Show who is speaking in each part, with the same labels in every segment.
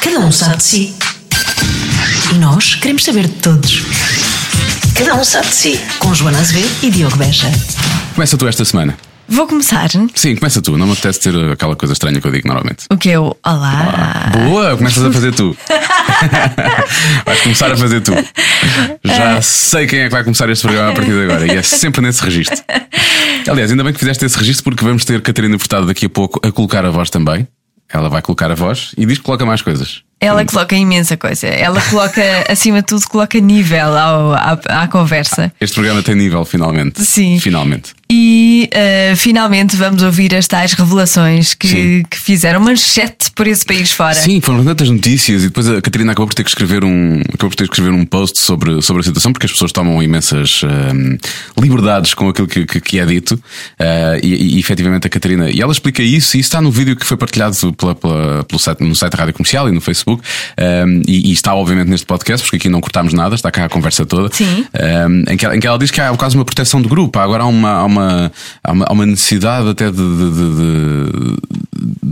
Speaker 1: Cada um sabe de si. E nós queremos saber de todos. Cada um sabe de si. Com Joana Azevedo e Diogo Beja.
Speaker 2: Começa tu esta semana.
Speaker 3: Vou começar.
Speaker 2: Sim, começa tu. Não me apetece ter aquela coisa estranha que eu digo normalmente.
Speaker 3: O que eu. Olá!
Speaker 2: Boa, começas a fazer tu. vais começar a fazer tu. Já sei quem é que vai começar este programa a partir de agora. E é sempre nesse registro. Aliás, ainda bem que fizeste esse registro porque vamos ter Catarina Portada daqui a pouco a colocar a voz também. Ela vai colocar a voz e diz que coloca mais coisas.
Speaker 3: Ela coloca imensa coisa. Ela coloca, acima de tudo, coloca nível ao- à, à conversa.
Speaker 2: Este programa tem nível, finalmente.
Speaker 3: Sim.
Speaker 2: Finalmente.
Speaker 3: E eh, finalmente vamos ouvir as tais revelações
Speaker 2: Sim.
Speaker 3: que, que fizeram manchete por esse país fora.
Speaker 2: Sim, foram tantas notícias e depois a Catarina acabou por ter que escrever um, acabou por ter que escrever um post sobre, sobre a situação porque as pessoas tomam imensas ahm, liberdades com aquilo que, que- que é dito ah, e, e efetivamente a Catarina e ela explica isso e isso está no vídeo que foi partilhado pela- pela- pelo site, no site da Rádio Comercial e no Facebook ahm, e, e está obviamente neste podcast porque aqui não cortámos nada, está cá a conversa toda
Speaker 3: Sim.
Speaker 2: um, em, que ela, em que ela diz que há quase uma proteção de grupo. Há Agora há uma, há uma, há uma, há uma necessidade até de, de- de- de-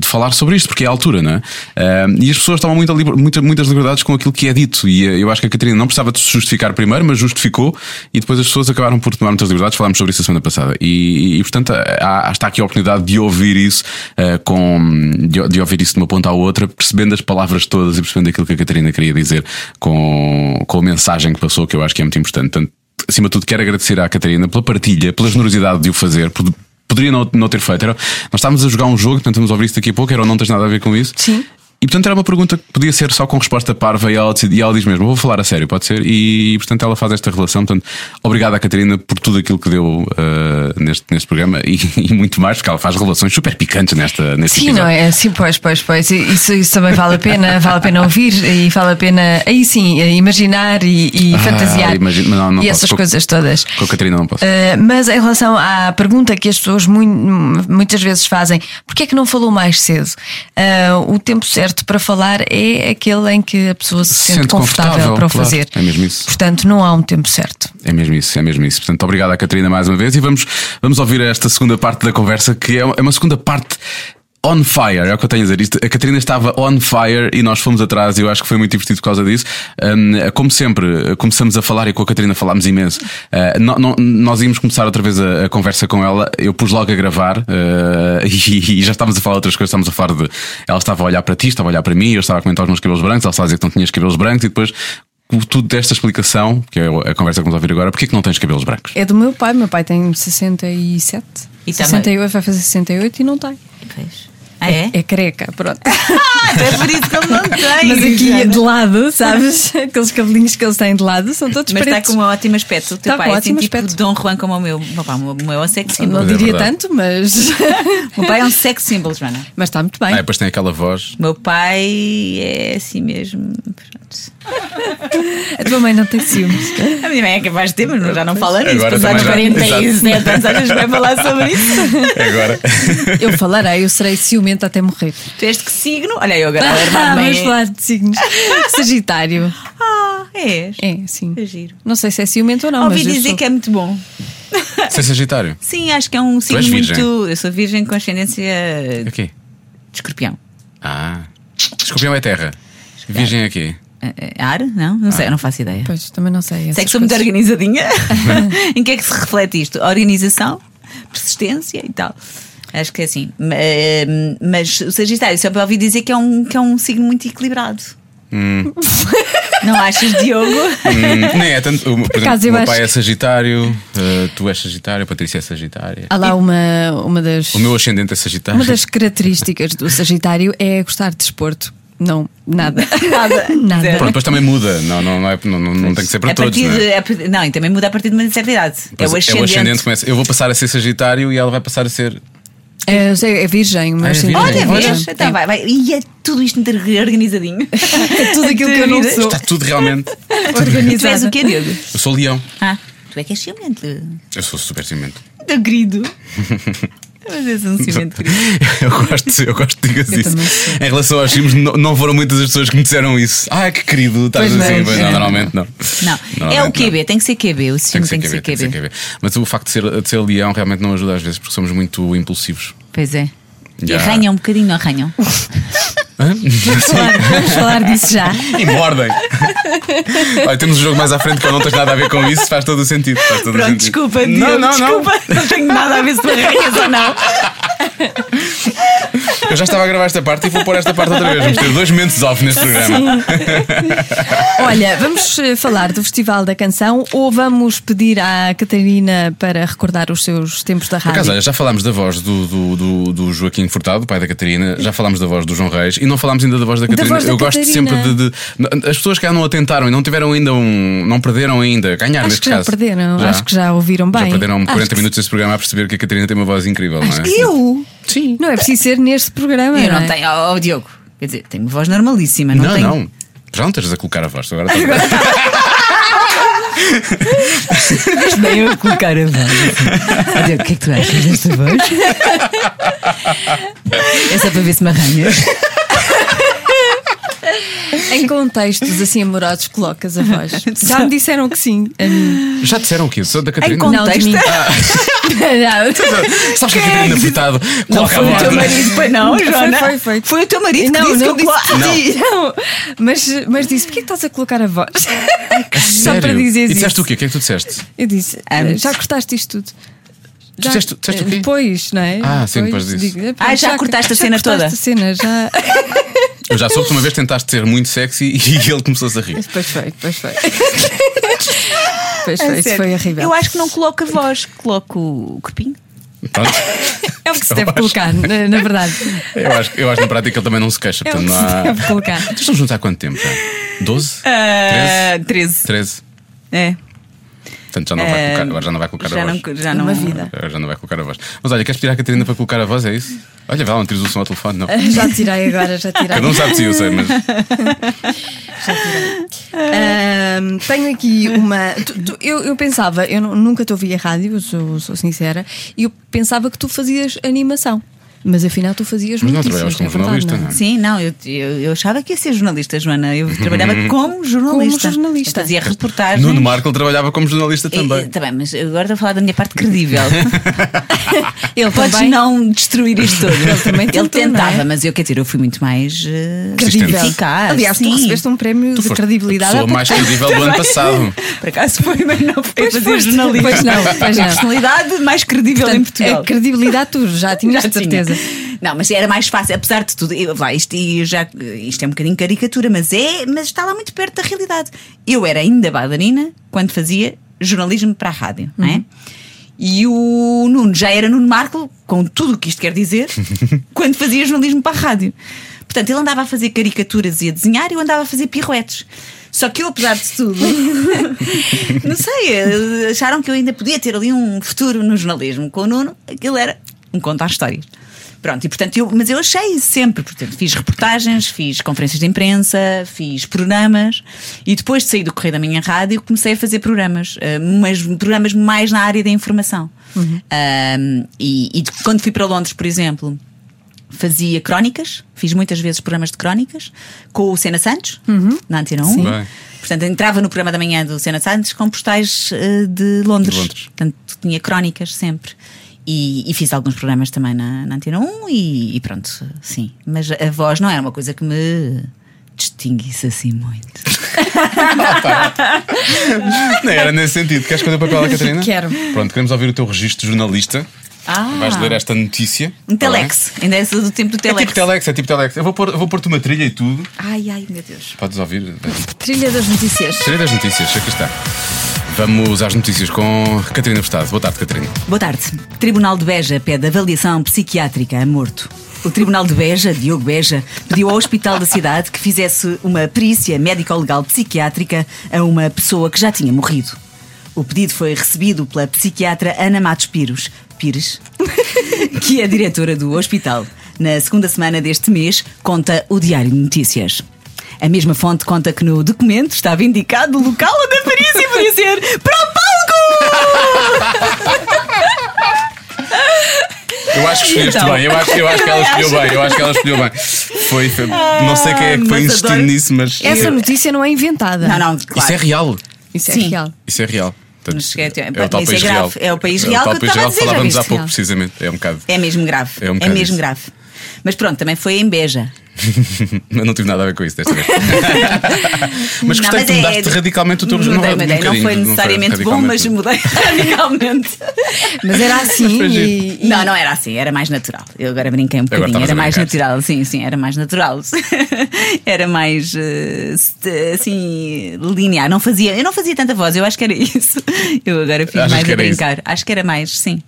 Speaker 2: de falar sobre isto, porque é a altura, não é? Um, e as pessoas tomam muita liber- muita- muitas liberdades com aquilo que é dito. E eh, eu acho que a Catarina não precisava de se justificar primeiro, mas justificou, e depois as pessoas acabaram por tomar muitas liberdades. Falámos sobre isso a semana passada. E, e, portanto, eh, há- há- está aqui a oportunidade de ouvir isso, eh, com, de, de ouvir isso de uma ponta à outra, percebendo as palavras todas e percebendo aquilo que a Catarina queria dizer com, com a mensagem que passou, que eu acho que é muito importante. Portanto, acima de tudo, quero agradecer à Catarina pela partilha, pela generosidade de o fazer. pod- Poderia não, não ter feito. Era, nós estávamos a jogar um jogo, portanto, vamos ouvir isso daqui a pouco. Era ou não tens nada a ver com isso?
Speaker 3: Sim.
Speaker 2: E portanto era uma pergunta que podia ser só com resposta parva e ela, decide- e ela diz mesmo, vou falar a sério, pode ser? E portanto ela faz esta relação. Portanto, obrigado à Catarina por tudo aquilo que deu eh, neste, neste programa e, e muito mais, porque ela faz relações super picantes nesta, neste
Speaker 3: Sim,
Speaker 2: episódio.
Speaker 3: não é? Sim, pois, pois, pois. E Isso, isso também vale a pena, vale a pena ouvir e vale a pena, aí sim, eh, imaginar e, e
Speaker 2: Ah,
Speaker 3: fantasiar.
Speaker 2: imagino- mas não, não
Speaker 3: e
Speaker 2: posso.
Speaker 3: essas
Speaker 2: Com-
Speaker 3: coisas todas.
Speaker 2: Com a Catarina não posso.
Speaker 3: Uh, mas em relação à pergunta que as pessoas mui- muitas vezes fazem, porquê é que não falou mais cedo? Uh, o tempo certo para falar é aquele em que a pessoa se sente, confortável, para o
Speaker 2: claro.
Speaker 3: fazer.
Speaker 2: É mesmo isso.
Speaker 3: Portanto, não há um tempo certo.
Speaker 2: É mesmo isso, é mesmo isso. Portanto, obrigado à Catarina mais uma vez e vamos, vamos ouvir esta segunda parte da conversa, que é uma é uma segunda parte on fire, é o que eu tenho a dizer. Isto, a Catarina estava on fire e nós fomos atrás e eu acho que foi muito divertido por causa disso. Hum, como sempre, começamos a falar e com a Catarina falámos imenso. Ah, nó- nó- nós íamos começar outra vez a, a conversa com ela, eu pus logo a gravar ah, e, já estávamos a falar outras coisas, estávamos a falar de. Ela estava a olhar para ti, estava a olhar para mim, eu estava a comentar os meus cabelos brancos, ela estava a dizer que não tinhas cabelos brancos e depois o tudo desta explicação, que é a conversa que vamos ouvir agora, porque é que não tens cabelos brancos?
Speaker 4: É do meu pai, meu pai tem 67.
Speaker 5: E tá
Speaker 4: 68, vai fazer 68 e não tem.
Speaker 5: Pois. Ah, é?
Speaker 4: É careca, pronto.
Speaker 5: É por isso que ele não tem.
Speaker 4: Mas aqui de lado, sabes? Aqueles cabelinhos que eles têm de lado são todos
Speaker 5: Mas está
Speaker 4: pretos.
Speaker 5: com um ótimo aspecto. O teu
Speaker 4: Está
Speaker 5: pai
Speaker 4: com
Speaker 5: é assim,
Speaker 4: ótimo
Speaker 5: tipo
Speaker 4: aspecto.
Speaker 5: Dom Juan como o meu. Papá, o meu- o meu é um sex
Speaker 4: Não
Speaker 5: symbol.
Speaker 2: Mas é
Speaker 4: diria
Speaker 2: verdade.
Speaker 4: tanto, mas.
Speaker 5: O meu pai é um sex symbol, Joana.
Speaker 4: mas está muito
Speaker 2: Ah,
Speaker 4: bem.
Speaker 2: depois tem aquela voz.
Speaker 5: O meu pai é assim mesmo. Pronto.
Speaker 2: É.
Speaker 4: A tua mãe não tem ciúmes.
Speaker 5: A minha mãe é capaz de ter, mas não- já não fala nisso.
Speaker 2: Agora
Speaker 5: Apesar dos
Speaker 2: também já-
Speaker 5: 47 anos, às vezes vai falar sobre isso.
Speaker 2: Agora.
Speaker 4: Eu falarei, eu serei ciumenta até morrer.
Speaker 5: Tu és de que signo? Olha, eu agora a irmã
Speaker 4: Ah,
Speaker 5: de mãe
Speaker 4: vamos
Speaker 5: é-
Speaker 4: falar de signos. Sagitário.
Speaker 5: Ah, és.
Speaker 4: É, sim.
Speaker 5: É giro.
Speaker 4: Não sei se é ciumento
Speaker 2: Oh,
Speaker 4: ou não,
Speaker 5: Ouvi
Speaker 4: mas. eu
Speaker 5: dizer
Speaker 4: sou-
Speaker 5: que é muito bom.
Speaker 2: Ser Sagitário.
Speaker 5: Sim, acho que é um signo
Speaker 2: és virgem?
Speaker 5: muito. Eu sou virgem com ascendência de
Speaker 2: Aqui.
Speaker 5: escorpião.
Speaker 2: Ah. Escorpião é terra. Virgem é aqui.
Speaker 5: É- é Ar? Não? Não
Speaker 2: Ah.
Speaker 5: sei, eu não faço ideia.
Speaker 4: Pois, também não sei.
Speaker 5: Sei é que
Speaker 4: essas
Speaker 5: sou muito
Speaker 4: coisas.
Speaker 5: organizadinha. em que é que se reflete isto? Organização, persistência e tal. Acho que é assim. Ma- eh, Mas o Sagitário, sempre ouvi dizer que é um, que é um signo muito equilibrado. Não achas, Diogo?
Speaker 2: Hum, nem é tanto. o- Por exemplo,
Speaker 4: acaso,
Speaker 2: o
Speaker 4: eu
Speaker 2: meu
Speaker 4: acho-
Speaker 2: pai é Sagitário, eh, tu és Sagitário, a Patrícia é Sagitária.
Speaker 4: Há lá uma, uma das.
Speaker 2: O meu ascendente é Sagitário.
Speaker 4: Ah. Uma das características do Sagitário é gostar de desporto. Não, nada.
Speaker 5: Nada.
Speaker 4: Nada.
Speaker 2: Pronto, depois também muda. Não, não, não, é- não, não- não tem que ser para
Speaker 5: a
Speaker 2: todos.
Speaker 5: partir
Speaker 2: não é?
Speaker 5: de- é a partir- não, e também muda a partir de uma certa idade. É
Speaker 2: Pois
Speaker 5: o
Speaker 2: é,
Speaker 5: ascendente.
Speaker 2: o ascendente que começa. Eu vou passar a ser Sagitário e ela vai passar a ser.
Speaker 4: É, eu sei, é virgem,
Speaker 2: Ah, é
Speaker 4: mas sim,
Speaker 2: virgem.
Speaker 5: Olha,
Speaker 2: Olha.
Speaker 5: vês? Então, vai, vai. E é tudo isto muito organizadinho.
Speaker 4: É tudo aquilo que eu não sou.
Speaker 2: Está tudo realmente.
Speaker 5: Tu és
Speaker 4: Organizada.
Speaker 5: o quê, Diogo?
Speaker 2: Eu sou leão.
Speaker 5: Ah, tu é que és ciumento.
Speaker 2: Eu sou super cimento.
Speaker 5: Teu querido. Mas és um ciumento querido.
Speaker 2: Eu gosto, eu gosto que digas
Speaker 4: Eu também
Speaker 2: isso. Em relação aos filmes, não, não foram muitas as pessoas que me disseram isso. Ah, que querido, estás
Speaker 4: Pois
Speaker 2: assim.
Speaker 4: não,
Speaker 2: Pois
Speaker 4: é.
Speaker 2: não, normalmente não.
Speaker 5: Não, é o
Speaker 2: Normalmente
Speaker 5: QB, tem que ser QB, o
Speaker 2: Tem
Speaker 5: signo
Speaker 2: que, ser QB, tem que ser QB. Mas o facto de ser, de ser leão realmente não ajuda às vezes, porque somos muito impulsivos.
Speaker 5: Pois é. E
Speaker 2: Já.
Speaker 5: arranham um bocadinho, não arranham.
Speaker 2: Hã? Sim.
Speaker 4: Claro, vamos falar disso já.
Speaker 2: E mordem. Olha, temos um jogo mais à frente que eu não tens nada a ver com isso, faz todo o sentido. Faz todo o
Speaker 5: Pronto,
Speaker 2: sentido.
Speaker 5: desculpa, Diogo,
Speaker 2: não, não,
Speaker 5: desculpa, não. tenho nada a ver se tu arrancas ou não.
Speaker 2: não. Eu já estava a gravar esta parte e vou pôr esta parte outra vez. Vamos ter dois momentos off neste programa.
Speaker 4: Olha, vamos eh, falar do Festival da Canção ou vamos pedir à Catarina para recordar os seus tempos da
Speaker 2: Por acaso,
Speaker 4: rádio?
Speaker 2: olha, já falámos da voz do, do, do- do Joaquim Furtado, pai da Catarina, já falámos da voz do João Reis e não falámos ainda da voz da
Speaker 4: Da
Speaker 2: Catarina.
Speaker 4: voz da
Speaker 2: Eu gosto
Speaker 4: Catarina.
Speaker 2: sempre de, de- As pessoas que já não atentaram e não tiveram ainda um. Não perderam ainda. Ganharam
Speaker 4: Acho
Speaker 2: é neste
Speaker 4: que já
Speaker 2: caso.
Speaker 4: perderam, acho que já ouviram bem.
Speaker 2: Já perderam
Speaker 4: Acho
Speaker 2: 40
Speaker 4: que-
Speaker 2: minutos desse programa a perceber que a Catarina tem uma voz incrível, não é?
Speaker 5: Eu?
Speaker 2: Sim.
Speaker 4: Não é preciso ser neste programa.
Speaker 5: Eu não
Speaker 4: é?
Speaker 5: tenho, oh, oh, Diogo, quer dizer, tenho uma voz normalíssima, não,
Speaker 2: Não,
Speaker 5: tenho.
Speaker 2: não. Já não estás a colocar a voz, tu agora tá estás a-
Speaker 5: Bem, eu colocar a voz. Olha, o que é que tu achas desta voz? É só para ver se me arranhas.
Speaker 4: Em contextos assim amorosos, colocas a voz. Já me disseram que sim. a mim.
Speaker 2: Já disseram o quê? Sou da
Speaker 5: Em
Speaker 2: Catarina? Ah,
Speaker 4: Não, de
Speaker 5: contexto.
Speaker 4: mim. Não.
Speaker 2: Sabes que a Catarina Furtado coloca a
Speaker 5: Foi o teu
Speaker 2: voz. é?
Speaker 5: marido, pois não,
Speaker 4: Foi,
Speaker 5: Joana?
Speaker 4: foi, foi.
Speaker 5: o teu marido que Então, disse que eu colo-
Speaker 4: disse- não. Mas, mas disse: porquê que estás a colocar a voz? Só
Speaker 2: É Sério?
Speaker 4: para dizer
Speaker 2: E
Speaker 4: isso.
Speaker 2: disseste o quê? O que é que tu disseste?
Speaker 4: Eu disse: "Ah,
Speaker 5: Antes.
Speaker 4: já cortaste isto tudo. Já-
Speaker 2: disseste- disseste o quê?
Speaker 4: Depois, não é?
Speaker 2: Ah, sim, depois disso.
Speaker 4: digo, é,
Speaker 5: Ah, já cortaste a cena
Speaker 4: cortaste
Speaker 5: toda?
Speaker 4: a cena, já.
Speaker 2: Eu já soube que uma vez tentaste ser muito sexy e ele começou-se a rir.
Speaker 4: Pois foi, pois foi. pois
Speaker 5: Ah,
Speaker 4: foi, isso foi horrível.
Speaker 5: é Eu acho que não coloco a voz, coloco o corpinho.
Speaker 2: Pronto.
Speaker 4: É o que se
Speaker 2: Eu
Speaker 4: deve
Speaker 2: acho.
Speaker 4: colocar, na, na verdade.
Speaker 2: Eu acho, eu acho que na prática ele também não se queixa.
Speaker 4: É o
Speaker 2: Portanto,
Speaker 4: que
Speaker 2: não
Speaker 4: se
Speaker 2: há...
Speaker 4: deve colocar. Ah,
Speaker 2: Vocês estão juntos há quanto tempo? Já? 12? 13?
Speaker 5: 13.
Speaker 2: 13?
Speaker 5: Ah, É.
Speaker 2: Portanto, já não
Speaker 4: ah,
Speaker 2: vai colocar, agora já não vai colocar
Speaker 5: já
Speaker 2: a voz.
Speaker 5: Não, já não
Speaker 4: Uma vida.
Speaker 2: Agora já não vai colocar a voz. Mas olha, queres pedir à Catarina para colocar a voz? É isso? Olha, vai lá, não tires o som ao telefone, não.
Speaker 4: Ah, Já tirei agora, já tirei.
Speaker 2: Cada um sabe de si, eu sei, mas.
Speaker 4: Ahm, tenho aqui uma. tu- tu- eu, eu pensava, eu nu- nunca te ouvi a rádio, eu sou, sou sincera, e eu pensava que tu fazias animação. Mas afinal tu fazias
Speaker 2: Mas não
Speaker 4: notícias,
Speaker 2: trabalhavas como
Speaker 4: é verdade,
Speaker 2: jornalista,
Speaker 4: não é?
Speaker 2: não é?
Speaker 5: Sim, não, eu, eu, eu achava que ia ser jornalista, Joana. Eu trabalhava como jornalista.
Speaker 4: jornalista.
Speaker 5: Eu fazia reportagens.
Speaker 2: Nuno Marco ele trabalhava como jornalista
Speaker 5: E- e-
Speaker 2: também.
Speaker 5: Tá bem, mas eu agora estou a falar da minha parte credível.
Speaker 4: Ele
Speaker 5: Podes
Speaker 4: também
Speaker 5: não destruir isto todo. Ele
Speaker 4: também tentou,
Speaker 5: tentava,
Speaker 4: não é?
Speaker 5: mas eu, quer dizer, eu fui muito mais eh,
Speaker 4: credível.
Speaker 5: eficaz.
Speaker 4: Aliás, tu
Speaker 5: sim.
Speaker 4: recebeste um prémio de
Speaker 2: foste
Speaker 4: credibilidade.
Speaker 2: Sou a mais credível do ano passado.
Speaker 5: Por acaso foi, mas não foi
Speaker 4: Pois
Speaker 5: fazer
Speaker 4: foste.
Speaker 5: jornalismo.
Speaker 4: Pois não, pois
Speaker 5: A
Speaker 4: não.
Speaker 5: personalidade mais credível em
Speaker 4: Portanto, é
Speaker 5: Portugal.
Speaker 4: a credibilidade tu já
Speaker 5: Já
Speaker 4: tinhas de
Speaker 5: tinha.
Speaker 4: certeza.
Speaker 5: Não, mas era mais fácil, apesar de tudo. eu- lá, isto, e já, isto é um bocadinho caricatura, mas, é, mas está lá muito perto da realidade. Eu era ainda bailarina quando fazia jornalismo para a rádio, não é? E o Nuno já era Nuno Marco, com tudo o que isto quer dizer, quando fazia jornalismo para a rádio. Portanto, ele andava a fazer caricaturas e a desenhar, e eu andava a fazer piruetes. Só que eu, apesar de tudo, não sei, acharam que eu ainda podia ter ali um futuro no jornalismo. Com o Nuno, aquilo era um contar histórias. Pronto, e portanto, eu, mas eu achei sempre, portanto, fiz reportagens, fiz conferências de imprensa, fiz programas e depois de sair do Correio da Minha Rádio comecei a fazer programas, eh, mas programas mais na área da informação. Ahm, e, e de- quando fui para Londres, por exemplo, fazia crónicas, fiz muitas vezes programas de crónicas com o Sena Santos, na Antena 1.
Speaker 2: Bem.
Speaker 5: Portanto, entrava no programa da manhã do Sena Santos com postais eh, de Londres.
Speaker 2: De Londres.
Speaker 5: Portanto, tinha crónicas sempre. E, e fiz alguns programas também na, na Antena 1 e, e pronto, sim. Mas a voz não era uma coisa que me distinguisse assim muito.
Speaker 2: Não era nesse sentido. Queres esconder o papel da Catarina?
Speaker 4: Quero.
Speaker 2: Pronto, queremos ouvir o teu registro de jornalista.
Speaker 5: Ah.
Speaker 2: Vais ler esta notícia.
Speaker 5: Um
Speaker 2: Tá bem?
Speaker 5: telex, ainda é do tempo do
Speaker 2: É
Speaker 5: telex.
Speaker 2: tipo telex, é tipo telex. Eu vou pôr- eu vou pôr-te uma trilha e tudo.
Speaker 5: Ai, ai, meu Deus.
Speaker 2: Podes ouvir.
Speaker 4: Trilha das notícias.
Speaker 2: Trilha das notícias, aqui está. é. Vamos às notícias com Catarina Furtado. Boa tarde, Catarina.
Speaker 5: Boa tarde. Tribunal de Beja pede avaliação psiquiátrica a morto. O Tribunal de Beja, Diogo Beja, pediu ao Hospital da Cidade que fizesse uma perícia médico-legal psiquiátrica a uma pessoa que já tinha morrido. O pedido foi recebido pela psiquiatra Ana Matos Pires, Pires, que é diretora do hospital. Na segunda semana deste mês, conta o Diário de Notícias. A mesma fonte conta que no documento estava indicado o local onde a perícia podia ser para o palco!
Speaker 2: Eu acho que escolheste
Speaker 5: Então.
Speaker 2: bem, eu acho, eu acho que ela escolheu bem, eu acho que ela escolheu bem. Foi, foi- não sei quem é que foi
Speaker 5: Ah, mas
Speaker 2: insistindo
Speaker 5: adoro.
Speaker 2: nisso, mas.
Speaker 4: Essa notícia não é inventada.
Speaker 5: Não, não, claro.
Speaker 2: Isso é real.
Speaker 4: Isso é
Speaker 5: Sim.
Speaker 4: real.
Speaker 2: Isso é real. Portanto,
Speaker 5: Mas cheguei a ter-
Speaker 2: é o tal
Speaker 5: isso é
Speaker 2: país
Speaker 5: grave.
Speaker 2: real.
Speaker 5: É o país
Speaker 2: É
Speaker 5: real
Speaker 2: tal
Speaker 5: que eu
Speaker 2: país
Speaker 5: estava a
Speaker 2: real,
Speaker 5: dizer, já
Speaker 2: falávamos há
Speaker 5: viste?
Speaker 2: pouco,
Speaker 4: Real.
Speaker 2: precisamente. É um bocado.
Speaker 5: É mesmo grave.
Speaker 2: É
Speaker 5: É,
Speaker 2: um bocado
Speaker 5: mesmo
Speaker 2: isso.
Speaker 5: grave. Mas pronto, também foi em Beja.
Speaker 2: Mas não tive nada a ver com isso desta vez. mas gostei
Speaker 5: Não, mas
Speaker 2: que tu
Speaker 5: é-
Speaker 2: mudaste radicalmente o teu
Speaker 5: Mudei, mudei.
Speaker 2: um
Speaker 5: Não
Speaker 2: bocadinho,
Speaker 5: foi necessariamente bom, mas
Speaker 2: radicalmente.
Speaker 5: mudei radicalmente.
Speaker 4: Mas era assim
Speaker 2: Mas
Speaker 4: e, e-
Speaker 5: Não, não era assim, era mais natural. Eu agora brinquei um bocadinho,
Speaker 2: estavas
Speaker 5: era
Speaker 2: a
Speaker 5: mais
Speaker 2: brincar.
Speaker 5: natural, sim, sim, era mais natural. era mais eh, st- assim linear. Não fazia, eu não fazia tanta voz, eu acho que era isso. Eu agora fiz
Speaker 2: Achas
Speaker 5: mais
Speaker 2: que
Speaker 5: a
Speaker 2: era isso?
Speaker 5: brincar. Acho que era mais, sim.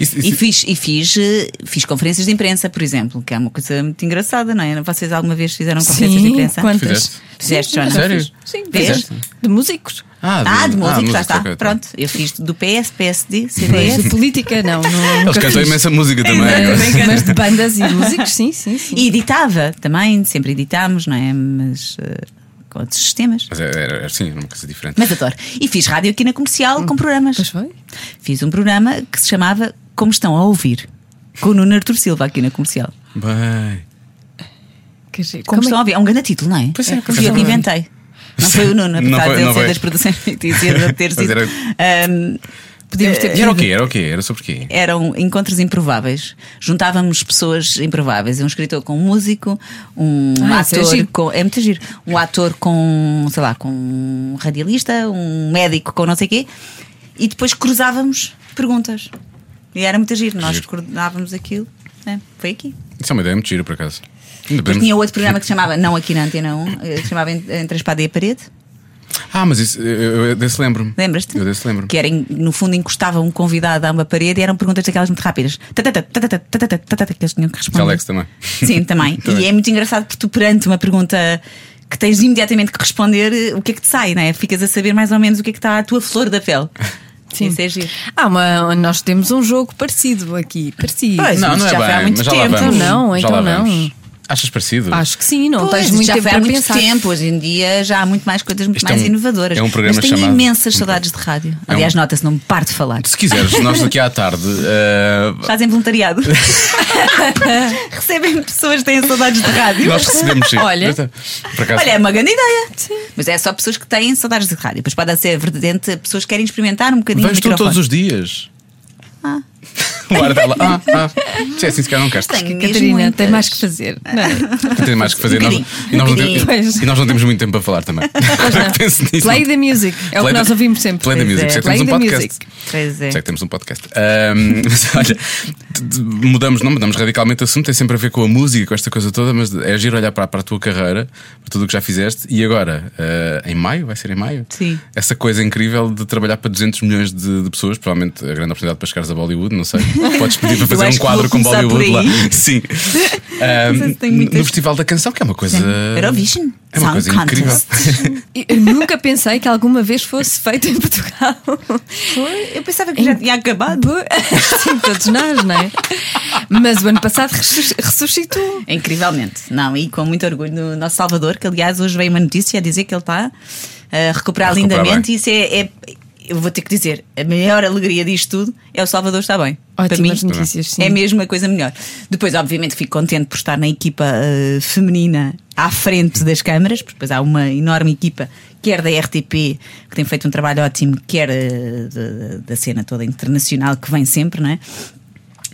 Speaker 2: Isso-
Speaker 5: E
Speaker 2: isso-
Speaker 5: fiz, e fiz, eh, fiz conferências de imprensa, por exemplo, que é uma coisa muito engraçada, não é? Vocês alguma vez fizeram conferências de imprensa?
Speaker 4: quantas?
Speaker 2: Fizeste?
Speaker 5: Fizeste, Joana?
Speaker 2: Sério?
Speaker 4: Sim,
Speaker 5: Vês?
Speaker 4: fizeste. De músicos.
Speaker 5: Ah, de música, já está.
Speaker 2: ok, tá.
Speaker 5: Pronto, eu fiz do PS, PSD,
Speaker 4: Mas
Speaker 5: CDS.
Speaker 4: de política, não. não
Speaker 2: Eles
Speaker 4: nunca
Speaker 2: cantam
Speaker 4: fiz.
Speaker 2: imensa
Speaker 5: É,
Speaker 2: música também. agora.
Speaker 4: Mas, mas de bandas e músicos, sim, sim, sim.
Speaker 5: E editava também, sempre editámos, não é? Mas eh, com outros sistemas.
Speaker 2: Mas era, era assim, era uma coisa diferente.
Speaker 5: Mas adoro. E fiz rádio aqui na comercial com programas.
Speaker 4: Hum, Pois foi?
Speaker 5: Fiz um programa que se chamava Como Estão a Ouvir, com o Nuno Artur Silva aqui na comercial.
Speaker 2: Bem.
Speaker 4: Quer dizer,
Speaker 5: Como,
Speaker 4: como é
Speaker 5: estão a ouvir? É um grande título, não é?
Speaker 2: Pois é, pois
Speaker 5: Fui
Speaker 2: é.
Speaker 5: eu que inventei. Não foi o
Speaker 2: Não
Speaker 5: Nuno, apesar
Speaker 2: foi-
Speaker 5: de ele
Speaker 2: não
Speaker 5: ser
Speaker 2: foi.
Speaker 5: das produções fictícias de ter
Speaker 2: Mas
Speaker 5: sido.
Speaker 2: era-
Speaker 5: Ahm,
Speaker 4: podíamos ter
Speaker 2: E era o quê? Era o quê? Era sobre o quê?
Speaker 5: eram encontros improváveis. Juntávamos pessoas improváveis. Um escritor com um músico, um
Speaker 4: Ah, isso é
Speaker 5: ator
Speaker 4: giro.
Speaker 5: com. É muito giro. Um ator com, sei lá, com um radialista, um médico com não sei quê. E depois cruzávamos perguntas. E era muito giro. Nós
Speaker 2: Giro.
Speaker 5: coordenávamos aquilo. É, foi aqui.
Speaker 2: Isso é uma ideia muito gira, por acaso. Ainda
Speaker 5: Porque
Speaker 2: podemos-
Speaker 5: tinha outro programa que se chamava, não aqui na Antena 1, eh, que se chamava Ent- Entre a Espada e a Parede.
Speaker 2: Ah, mas isso, eu, eu desse lembro-me.
Speaker 5: Lembras-te?
Speaker 2: Eu desse lembro-me.
Speaker 5: Que é era, em- no fundo, encostava um convidado a uma parede e eram perguntas daquelas muito rápidas. Tatatá, tatatá, tatatá, tatatá, Que eles tinham que responder.
Speaker 2: Que Alex também.
Speaker 5: um- Sim, também.
Speaker 2: Também.
Speaker 5: E é muito engraçado porque tu, perante uma pergunta que tens imediatamente que responder, eh, o que é que te sai, não é? Ficas a saber mais ou menos o que é que está à tua flor da pele.
Speaker 4: Sim.
Speaker 5: Isso é giro.
Speaker 4: Ah, uma, nós temos um jogo parecido aqui. Parecido.
Speaker 5: Pois,
Speaker 2: Não,
Speaker 5: mas
Speaker 2: não é
Speaker 5: já foi há
Speaker 2: bem,
Speaker 5: muito
Speaker 2: mas já lá
Speaker 5: tempo.
Speaker 2: vamos.
Speaker 4: Então não,
Speaker 2: já lá
Speaker 4: então não.
Speaker 2: vamos. Achas parecido?
Speaker 4: Acho que sim, não
Speaker 5: Pois,
Speaker 4: tens muito
Speaker 5: já
Speaker 4: tempo
Speaker 5: foi há
Speaker 4: para
Speaker 5: muito
Speaker 4: pensar.
Speaker 5: tempo. Hoje em dia já há muito mais coisas muito
Speaker 2: Isto é
Speaker 5: mais
Speaker 2: um-
Speaker 5: inovadoras.
Speaker 2: é um programa
Speaker 5: Mas tenho
Speaker 2: chamado-
Speaker 5: imensas saudades de rádio.
Speaker 2: É um-
Speaker 5: Aliás, nota-se, não me paro de falar.
Speaker 2: Se quiseres, nós daqui à tarde. eh,
Speaker 5: Fazem voluntariado. Recebem pessoas que têm saudades de rádio.
Speaker 2: nós recebemos. sim.
Speaker 4: Olha.
Speaker 2: Por acaso,
Speaker 5: Olha, é uma grande ideia. Mas é só pessoas que têm saudades de rádio. Pois pode ser verdadeiramente, pessoas que querem experimentar um bocadinho
Speaker 2: Vens
Speaker 5: de
Speaker 2: tu todos
Speaker 5: microfone.
Speaker 2: os dias. Ah. O ar dela. Ah, ah. Se é assim, se calhar não queres.
Speaker 5: Tenho mesmo
Speaker 4: Catarina, tem
Speaker 5: muitas.
Speaker 4: mais que fazer. Não é?
Speaker 2: Não tem mais que fazer.
Speaker 5: Um
Speaker 2: nós-
Speaker 5: bocadinho,
Speaker 2: e, nós
Speaker 5: um
Speaker 2: não temos,
Speaker 4: bocadinho.
Speaker 2: e nós não temos muito tempo para falar também. Penso nisso.
Speaker 4: Play the music. É
Speaker 2: Play
Speaker 4: o que
Speaker 2: the-
Speaker 4: nós ouvimos sempre.
Speaker 2: Play the
Speaker 5: Pois
Speaker 2: music.
Speaker 5: é.
Speaker 2: Já
Speaker 4: Play
Speaker 2: temos um
Speaker 4: the
Speaker 2: podcast.
Speaker 4: music.
Speaker 5: Pois é.
Speaker 2: Já que temos um podcast. Ahm, mas olha, t- t- mudamos, não mudamos radicalmente o assunto, tem sempre a ver com a música, com esta coisa toda, mas é giro olhar para, para a tua carreira, para tudo o que já fizeste. E agora, ah, em maio, vai ser em maio?
Speaker 5: Sim.
Speaker 2: Essa coisa incrível de trabalhar para 200 milhões de, de pessoas, provavelmente a grande oportunidade para chegares a Bollywood, não sei. Podes pedir para
Speaker 5: Eu
Speaker 2: fazer
Speaker 5: acho
Speaker 2: um
Speaker 5: que
Speaker 2: quadro
Speaker 5: vou
Speaker 2: com
Speaker 5: começar por
Speaker 2: Bollywood lá.
Speaker 5: aí.
Speaker 2: Sim. Ahm,
Speaker 5: sei se tenho muitas-
Speaker 2: no Festival da Canção, que é uma coisa.
Speaker 5: Sim. Eurovision
Speaker 2: É uma
Speaker 5: Song
Speaker 2: coisa incrível.
Speaker 5: Contest.
Speaker 4: Eu nunca pensei que alguma vez fosse feito em Portugal.
Speaker 5: Eu pensava que já tinha acabado.
Speaker 4: Sim, todos nós, não é? Mas o ano passado ressus- ressuscitou.
Speaker 5: Incrivelmente, não, e com muito orgulho no nosso Salvador, que aliás hoje veio uma notícia a dizer que ele está eh, a recuperar
Speaker 2: A recuperar
Speaker 5: lindamente.
Speaker 2: bem.
Speaker 5: Isso é, é- eu vou ter que dizer, a maior alegria disto tudo é o Salvador está bem. Para mim,
Speaker 4: Ótimas notícias, sim.
Speaker 5: é mesmo a coisa melhor. Depois, obviamente, fico contente por estar na equipa eh, feminina à frente das câmaras, porque depois há uma enorme equipa, quer da RTP, que tem feito um trabalho ótimo, quer eh, da- da cena toda internacional, que vem sempre, não é?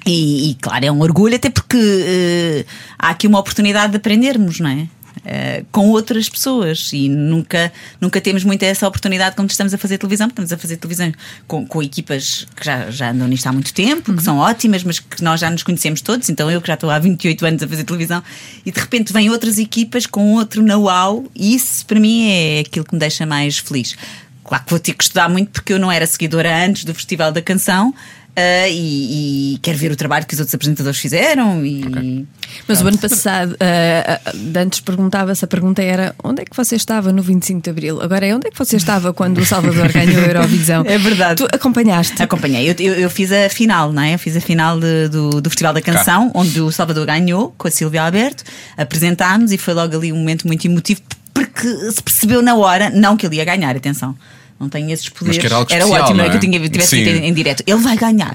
Speaker 5: E, e, claro, é um orgulho, até porque eh, há aqui uma oportunidade de aprendermos, não é? Eh, com outras pessoas e nunca, nunca temos muito essa oportunidade quando estamos a fazer televisão, porque estamos a fazer televisão com, com equipas que já, já andam nisto há muito tempo, que são ótimas, mas que nós já nos conhecemos todos. Então eu que já estou há 28 anos a fazer televisão e de repente vêm outras equipas com outro know-how, e isso para mim é aquilo que me deixa mais feliz. Claro que vou ter que estudar muito porque eu não era seguidora antes do Festival da Canção. ah, e, e quero ver o trabalho que os outros apresentadores fizeram e
Speaker 4: Mas o ano passado, ah, ah, de antes perguntava-se, a pergunta era onde é que você estava no 25 de Abril? Agora é onde é que você estava quando o Salvador ganhou a Eurovisão?
Speaker 5: É verdade. É
Speaker 4: Tu acompanhaste.
Speaker 5: acompanhei. Eu, eu, eu fiz a final, não é? Eu fiz a final de- do, do Festival da Canção, onde o Salvador ganhou com a Silvia Alberto. Apresentámos e foi logo ali um momento muito emotivo porque se percebeu na hora, não que ele ia ganhar, atenção. Não tenho esses poderes.
Speaker 2: que era algo especial,
Speaker 5: ótimo,
Speaker 2: não
Speaker 5: é? que eu
Speaker 2: é?
Speaker 5: tinha, tivesse
Speaker 2: Sim.
Speaker 5: dito em, em direto. Ele vai ganhar.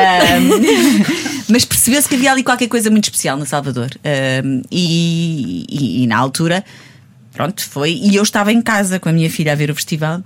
Speaker 5: Ahm, mas percebeu-se que havia ali qualquer coisa muito especial no Salvador. Ahm, e, e- e na altura, pronto, foi. E eu estava em casa com a minha filha a ver o festival.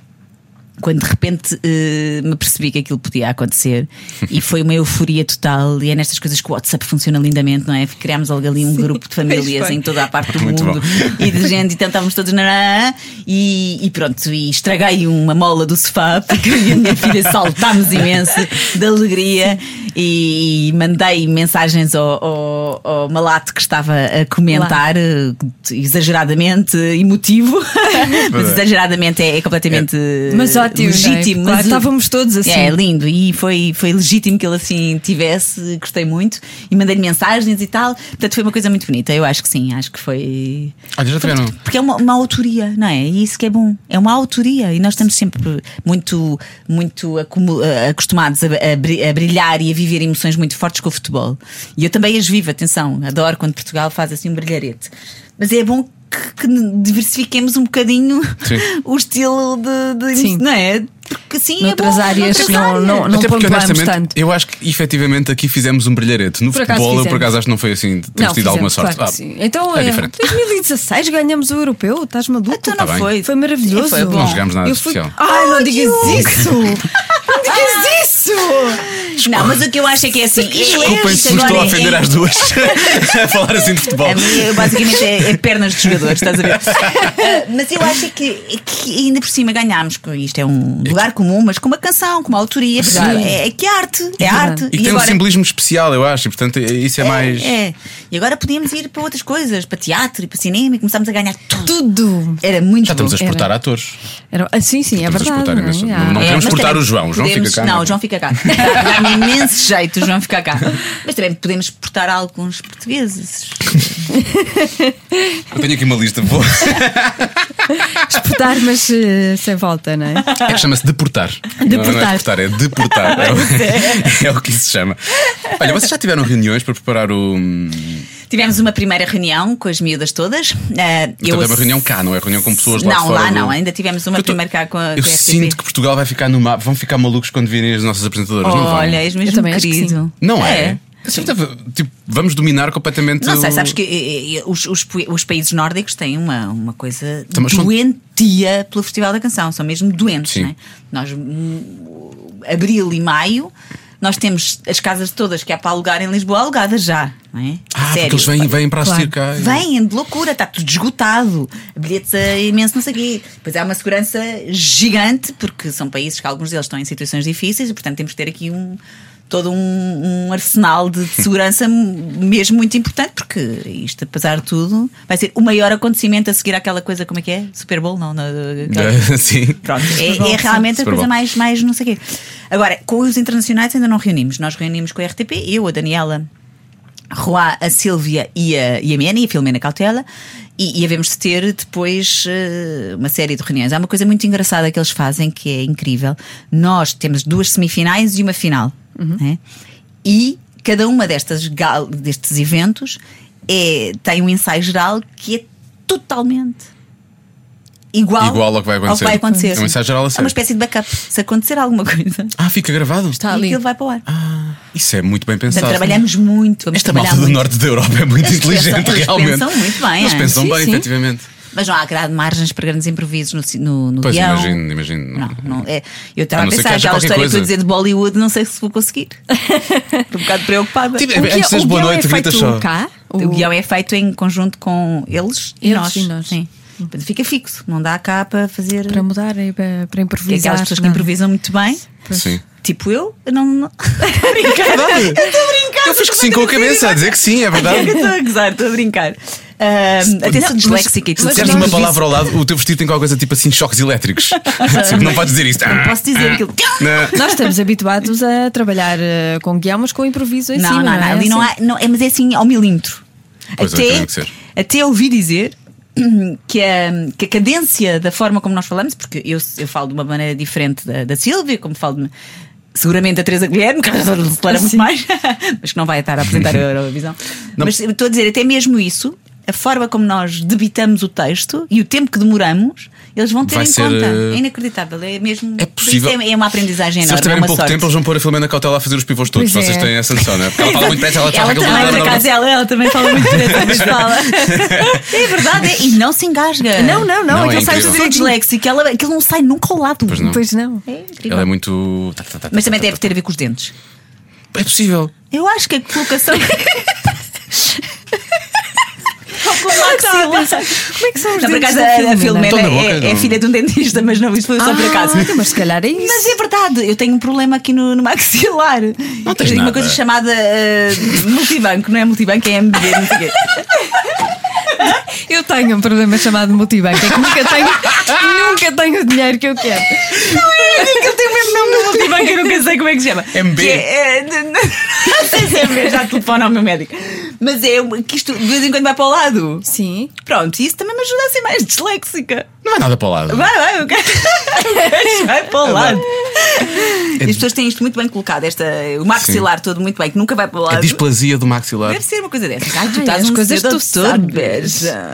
Speaker 5: quando de repente eh, me percebi que aquilo podia acontecer e foi uma euforia total. E é nestas coisas que o WhatsApp funciona lindamente, não é? Criámos logo ali um grupo de famílias em toda a parte do
Speaker 2: Muito
Speaker 5: mundo
Speaker 2: bom.
Speaker 5: e de gente, e tentávamos todos na e, e pronto. E estraguei uma mola do sofá porque eu e a minha filha saltámos imenso de alegria e mandei mensagens ao, ao- ao malato que estava a comentar eh, exageradamente emotivo, mas exageradamente é, é completamente
Speaker 4: Mas ótimo, não é?
Speaker 5: legítimo.
Speaker 4: Claro,
Speaker 5: mas o-
Speaker 4: estávamos todos assim.
Speaker 5: É, lindo. E foi, foi legítimo que ele assim tivesse, gostei muito. E mandei-lhe mensagens e tal. Portanto, foi uma coisa muito bonita. Eu acho que sim, acho que foi.
Speaker 2: Olha, já tiveram.
Speaker 5: Porque é uma, uma autoria, não é? E isso que é bom. É uma autoria. E nós estamos sempre muito, muito acumu- eh, acostumados a, a bri- a brilhar e a viver emoções muito fortes com o futebol. E eu também as vivo, atenção. Adoro quando Portugal faz assim um brilharete. Mas é bom que, que diversifiquemos um bocadinho
Speaker 2: Sim.
Speaker 5: o estilo de. de-
Speaker 4: Sim.
Speaker 5: Não é? Porque sim,
Speaker 3: Noutras
Speaker 5: é bom,
Speaker 3: áreas
Speaker 5: noutras
Speaker 3: não-
Speaker 5: áreas.
Speaker 3: não- não-
Speaker 2: Até porque,
Speaker 3: pontuarmos
Speaker 2: honestamente,
Speaker 3: tanto.
Speaker 2: eu acho que efetivamente aqui fizemos um brilharete. No
Speaker 4: Por acaso
Speaker 2: futebol, eu por
Speaker 4: fizemos.
Speaker 2: acaso acho que não foi assim. Temos tido
Speaker 4: fizemos,
Speaker 2: alguma sorte.
Speaker 4: claro
Speaker 2: Ah,
Speaker 4: que sim. Então,
Speaker 2: é
Speaker 4: em
Speaker 2: diferente.
Speaker 4: 2016 ganhamos o europeu, estás maluco?
Speaker 5: Então
Speaker 2: Tá
Speaker 5: não
Speaker 2: bem.
Speaker 5: foi.
Speaker 4: Foi maravilhoso.
Speaker 5: Foi bom.
Speaker 2: Não jogámos nada
Speaker 4: Eu
Speaker 2: de
Speaker 4: fui-
Speaker 2: especial.
Speaker 4: Ai, não digas isso! Não digas isso!
Speaker 5: Não, mas o que eu acho é que é assim.
Speaker 2: Desculpem
Speaker 5: isto
Speaker 2: se vos
Speaker 5: agora
Speaker 2: estou a
Speaker 5: é-
Speaker 2: ofender às duas a falar assim de futebol.
Speaker 5: A minha, basicamente é, é pernas de jogadores, estás a ver? Ah, mas eu acho é que, é que ainda por cima ganhámos. com- Isto é um lugar comum, mas com uma canção, com uma autoria.
Speaker 2: Sim.
Speaker 5: É, é que é arte, é arte.
Speaker 2: E, tem um simbolismo especial, eu acho, e portanto isso é, mais.
Speaker 5: é. E agora podíamos ir para outras coisas, para teatro e para cinema, e começámos a ganhar tudo.
Speaker 4: Tudo!
Speaker 5: Era muito
Speaker 2: Já estamos a
Speaker 5: bom.
Speaker 2: exportar atores.
Speaker 4: Era... Ah, sim, sim, é
Speaker 2: Estamos a
Speaker 4: verdade.
Speaker 2: exportar imenso.
Speaker 4: não é?
Speaker 2: Não
Speaker 4: Ah.
Speaker 2: queremos
Speaker 5: mas
Speaker 2: cortar
Speaker 5: também
Speaker 2: o João. O João fica cá,
Speaker 5: Não,
Speaker 2: não é?
Speaker 5: o João fica cá. Dá-me imenso jeito, o João fica cá. Mas também podemos exportar alguns portugueses.
Speaker 2: Eu tenho aqui uma lista boa.
Speaker 4: Exportar, mas eh, sem volta, não é?
Speaker 2: É que chama-se deportar. Não, não é exportar, é deportar. É o, é o que isso se chama. Olha, vocês já tiveram reuniões para preparar o.
Speaker 5: Tivemos uma primeira reunião com as miúdas todas. Ah,
Speaker 2: Portanto, é uma reunião cá, não é? Reunião com pessoas lá
Speaker 5: Não,
Speaker 2: de fora
Speaker 5: lá
Speaker 2: do-
Speaker 5: não, ainda tivemos uma
Speaker 2: Eu tô-
Speaker 5: primeira cá com a,
Speaker 2: Eu
Speaker 5: com a RTP.
Speaker 2: sinto que Portugal vai ficar no mapa. Vão ficar malucos quando virem as nossas apresentadoras, não vão?
Speaker 5: Olha, és
Speaker 4: Eu
Speaker 5: mesmo
Speaker 4: também acho que
Speaker 5: querido.
Speaker 2: Não é? Eu sinto, tipo, vamos dominar completamente.
Speaker 5: Não sei,
Speaker 2: o-
Speaker 5: sabes que eh, eh, os, os pu- os países nórdicos têm uma, uma coisa
Speaker 2: Então, mas são-
Speaker 5: doentia pelo Festival da Canção, são mesmo doentes,
Speaker 2: Sim.
Speaker 5: não é? Nós, hum, abril e maio, nós temos as casas todas que há para alugar em Lisboa alugadas já, não é?
Speaker 2: Ah,
Speaker 5: Sério.
Speaker 2: porque eles vêm, vêm para assistir cá.
Speaker 5: Vêm de loucura, está tudo esgotado, bilhetes a é imenso, não sei o quê. Pois há uma segurança gigante, porque são países que alguns deles estão em situações difíceis e, portanto, temos que ter aqui um. Todo um, um arsenal de, de segurança mesmo muito importante, porque isto, apesar de tudo, vai ser o maior acontecimento a seguir àquela coisa, como é que é? Super Bowl? Não, não aquela-
Speaker 2: Sim.
Speaker 5: Pronto, é, é realmente a
Speaker 2: Super
Speaker 5: coisa
Speaker 2: bom.
Speaker 5: mais, mais não sei o quê. Agora, com os internacionais ainda não reunimos. Nós reunimos com a RTP, eu, a Daniela Roá, a Silvia e a, e a Mena e a Filomena Cautela. E, e havemos de ter depois eh, uma série de reuniões. Há uma coisa muito engraçada que eles fazem que é incrível. Nós temos duas semifinais e uma final.
Speaker 2: Uhum.
Speaker 5: né? E cada uma destas gal- destes eventos é, tem um ensaio geral que é totalmente igual,
Speaker 2: Igual ao que vai acontecer.
Speaker 5: acontecer.
Speaker 2: É um ensaio geral a
Speaker 5: É
Speaker 2: sério.
Speaker 5: uma espécie de backup. Se acontecer alguma coisa,
Speaker 2: Ah, fica gravado?
Speaker 4: Está ali.
Speaker 5: aquilo vai para o ar.
Speaker 2: Isso é muito bem
Speaker 5: Portanto,
Speaker 2: pensado.
Speaker 5: trabalhamos muito. Vamos
Speaker 2: Esta
Speaker 5: trabalhar
Speaker 2: malta do
Speaker 5: muito.
Speaker 2: norte da Europa é muito
Speaker 5: Eles
Speaker 2: inteligente,
Speaker 5: pensam- eles
Speaker 2: realmente.
Speaker 5: pensam muito bem,
Speaker 2: Eles
Speaker 5: é?
Speaker 2: pensam
Speaker 4: Sim,
Speaker 2: bem,
Speaker 4: sim.
Speaker 2: efetivamente.
Speaker 5: Mas não há grande margens para grandes improvisos no, ci- no, no
Speaker 2: Pois,
Speaker 5: guião.
Speaker 2: imagino, imagino.
Speaker 5: Não, não, é, eu
Speaker 2: A
Speaker 5: estava a,
Speaker 2: não ser que
Speaker 5: pensar,
Speaker 2: haja
Speaker 5: já a
Speaker 2: qualquer
Speaker 5: história que
Speaker 2: coisa.
Speaker 5: estou a dizer de Bollywood, não sei se vou conseguir. Estou um bocado preocupada.
Speaker 2: Tipo,
Speaker 4: O
Speaker 2: antes
Speaker 4: guião-
Speaker 2: de seres
Speaker 4: o
Speaker 2: boa
Speaker 4: guião
Speaker 2: noite,
Speaker 4: é
Speaker 2: gritas
Speaker 4: feito
Speaker 2: só.
Speaker 4: Cá,
Speaker 5: O guião é feito em conjunto com eles e
Speaker 4: Eles
Speaker 5: nós.
Speaker 4: e nós.
Speaker 5: Sim. Portanto, Fica fixo, não dá cá para fazer.
Speaker 4: Para mudar, e para, para
Speaker 5: Porque
Speaker 4: improvisar.
Speaker 5: é aquelas pessoas que
Speaker 4: não. é?
Speaker 5: improvisam muito bem,
Speaker 2: Sim. É
Speaker 5: tipo eu, eu não. não- Estou a brincar.
Speaker 2: Verdade.
Speaker 5: Estou a brincar.
Speaker 2: Eu fiz que sim com a cabeça, a dizer que sim, é
Speaker 5: Eu
Speaker 2: verdade.
Speaker 5: Estou a gozar, estou a brincar. Até atenção disléxica e
Speaker 2: Se
Speaker 5: tudo.
Speaker 2: disseres uma palavra ao lado, o teu vestido tem qualquer coisa tipo assim, choques elétricos. Tipo, não podes dizer isto.
Speaker 5: Não posso dizer aquilo.
Speaker 2: Não.
Speaker 4: Nós estamos habituados a trabalhar eh, com guião, mas com improviso em
Speaker 5: Não,
Speaker 4: cima.
Speaker 5: não, não,
Speaker 4: é?
Speaker 5: ali não
Speaker 4: Assim.
Speaker 5: há. Não, é, mas é assim ao milímetro.
Speaker 2: Pois é, tem que
Speaker 5: até,
Speaker 2: ser.
Speaker 5: até ouvi dizer que a, que a cadência da forma como nós falamos, porque eu, eu falo de uma maneira diferente da, da Silvia, como falo de. Seguramente a Teresa Guilherme, que acelera muito mais, mas que não vai estar a apresentar a Eurovisão.
Speaker 2: Não.
Speaker 5: Mas estou a dizer, até mesmo isso a forma como nós debitamos o texto e o tempo que demoramos, eles vão ter
Speaker 2: Vai
Speaker 5: em
Speaker 2: ser,
Speaker 5: conta.
Speaker 2: eh,
Speaker 5: É inacreditável. É mesmo.
Speaker 2: É possível.
Speaker 5: Isto É é uma aprendizagem
Speaker 2: Se eles
Speaker 5: enorme. É
Speaker 2: tiverem
Speaker 5: uma
Speaker 2: pouco
Speaker 5: sorte.
Speaker 2: tempo, eles vão pôr a Filomena Cautela a fazer os pivôs todos.
Speaker 4: Pois é.
Speaker 2: Vocês têm essa noção, não é? Porque ela fala muito depressa, ela faz
Speaker 5: Ela
Speaker 2: aquele
Speaker 5: também, por acaso, é ela, ela também fala muito direto, mas fala. É verdade, é- e não se engasga.
Speaker 4: Não,
Speaker 2: Não,
Speaker 4: não, não.
Speaker 2: é
Speaker 4: aquele
Speaker 5: sai
Speaker 4: sai
Speaker 2: incrível.
Speaker 5: sou disléxica, ela, aquilo não sai nunca ao lado.
Speaker 2: Pois não.
Speaker 4: Pois não.
Speaker 5: É incrível.
Speaker 2: Ela é muito. tá, tá, tá,
Speaker 5: Mas também
Speaker 2: tá,
Speaker 5: deve ter a ver com os dentes.
Speaker 2: tá. É possível.
Speaker 5: Eu acho que a colocação.
Speaker 4: Como é que são os
Speaker 5: Não, por
Speaker 4: dentes
Speaker 5: acaso,
Speaker 4: da
Speaker 5: a,
Speaker 4: Filomena?
Speaker 5: a Filomena
Speaker 2: Estão na boca,
Speaker 5: é, é
Speaker 2: não?
Speaker 5: filha de um dentista, mas não, isso foi só por acaso.
Speaker 4: Ah, então, mas se calhar é isso.
Speaker 5: Mas é verdade, eu tenho um problema aqui no, no maxilar. Não
Speaker 2: tens
Speaker 5: eu tenho
Speaker 2: nada.
Speaker 5: uma coisa chamada eh, multibanco, não é multibanco, é MB, não sei o quê.
Speaker 4: Eu tenho um problema chamado multibanco, é que nunca tenho, nunca tenho o dinheiro que eu quero. é,
Speaker 5: Eu tenho o mesmo nome no multibanco, eu nunca sei como é que se chama.
Speaker 2: MB.
Speaker 5: Que é, eh, n- n- não sei se é MB, já telefono ao meu médico. Mas é um- que isto de vez em quando vai para o lado.
Speaker 4: Sim.
Speaker 5: Pronto, isso também me ajuda a ser mais disléxica.
Speaker 2: Não vai nada para o lado.
Speaker 5: Vai, vai, o gajo vai
Speaker 2: É
Speaker 5: para o lado. E As pessoas têm isto muito bem colocado, esta, o maxilar todo muito bem, que nunca vai para o
Speaker 2: É
Speaker 5: lado.
Speaker 2: displasia do maxilar.
Speaker 5: Deve ser uma coisa dessa. Ai, tu
Speaker 4: Ai,
Speaker 5: estás
Speaker 4: as
Speaker 5: um
Speaker 4: coisas tu
Speaker 5: cedo doutor,
Speaker 4: sabes.
Speaker 5: beija.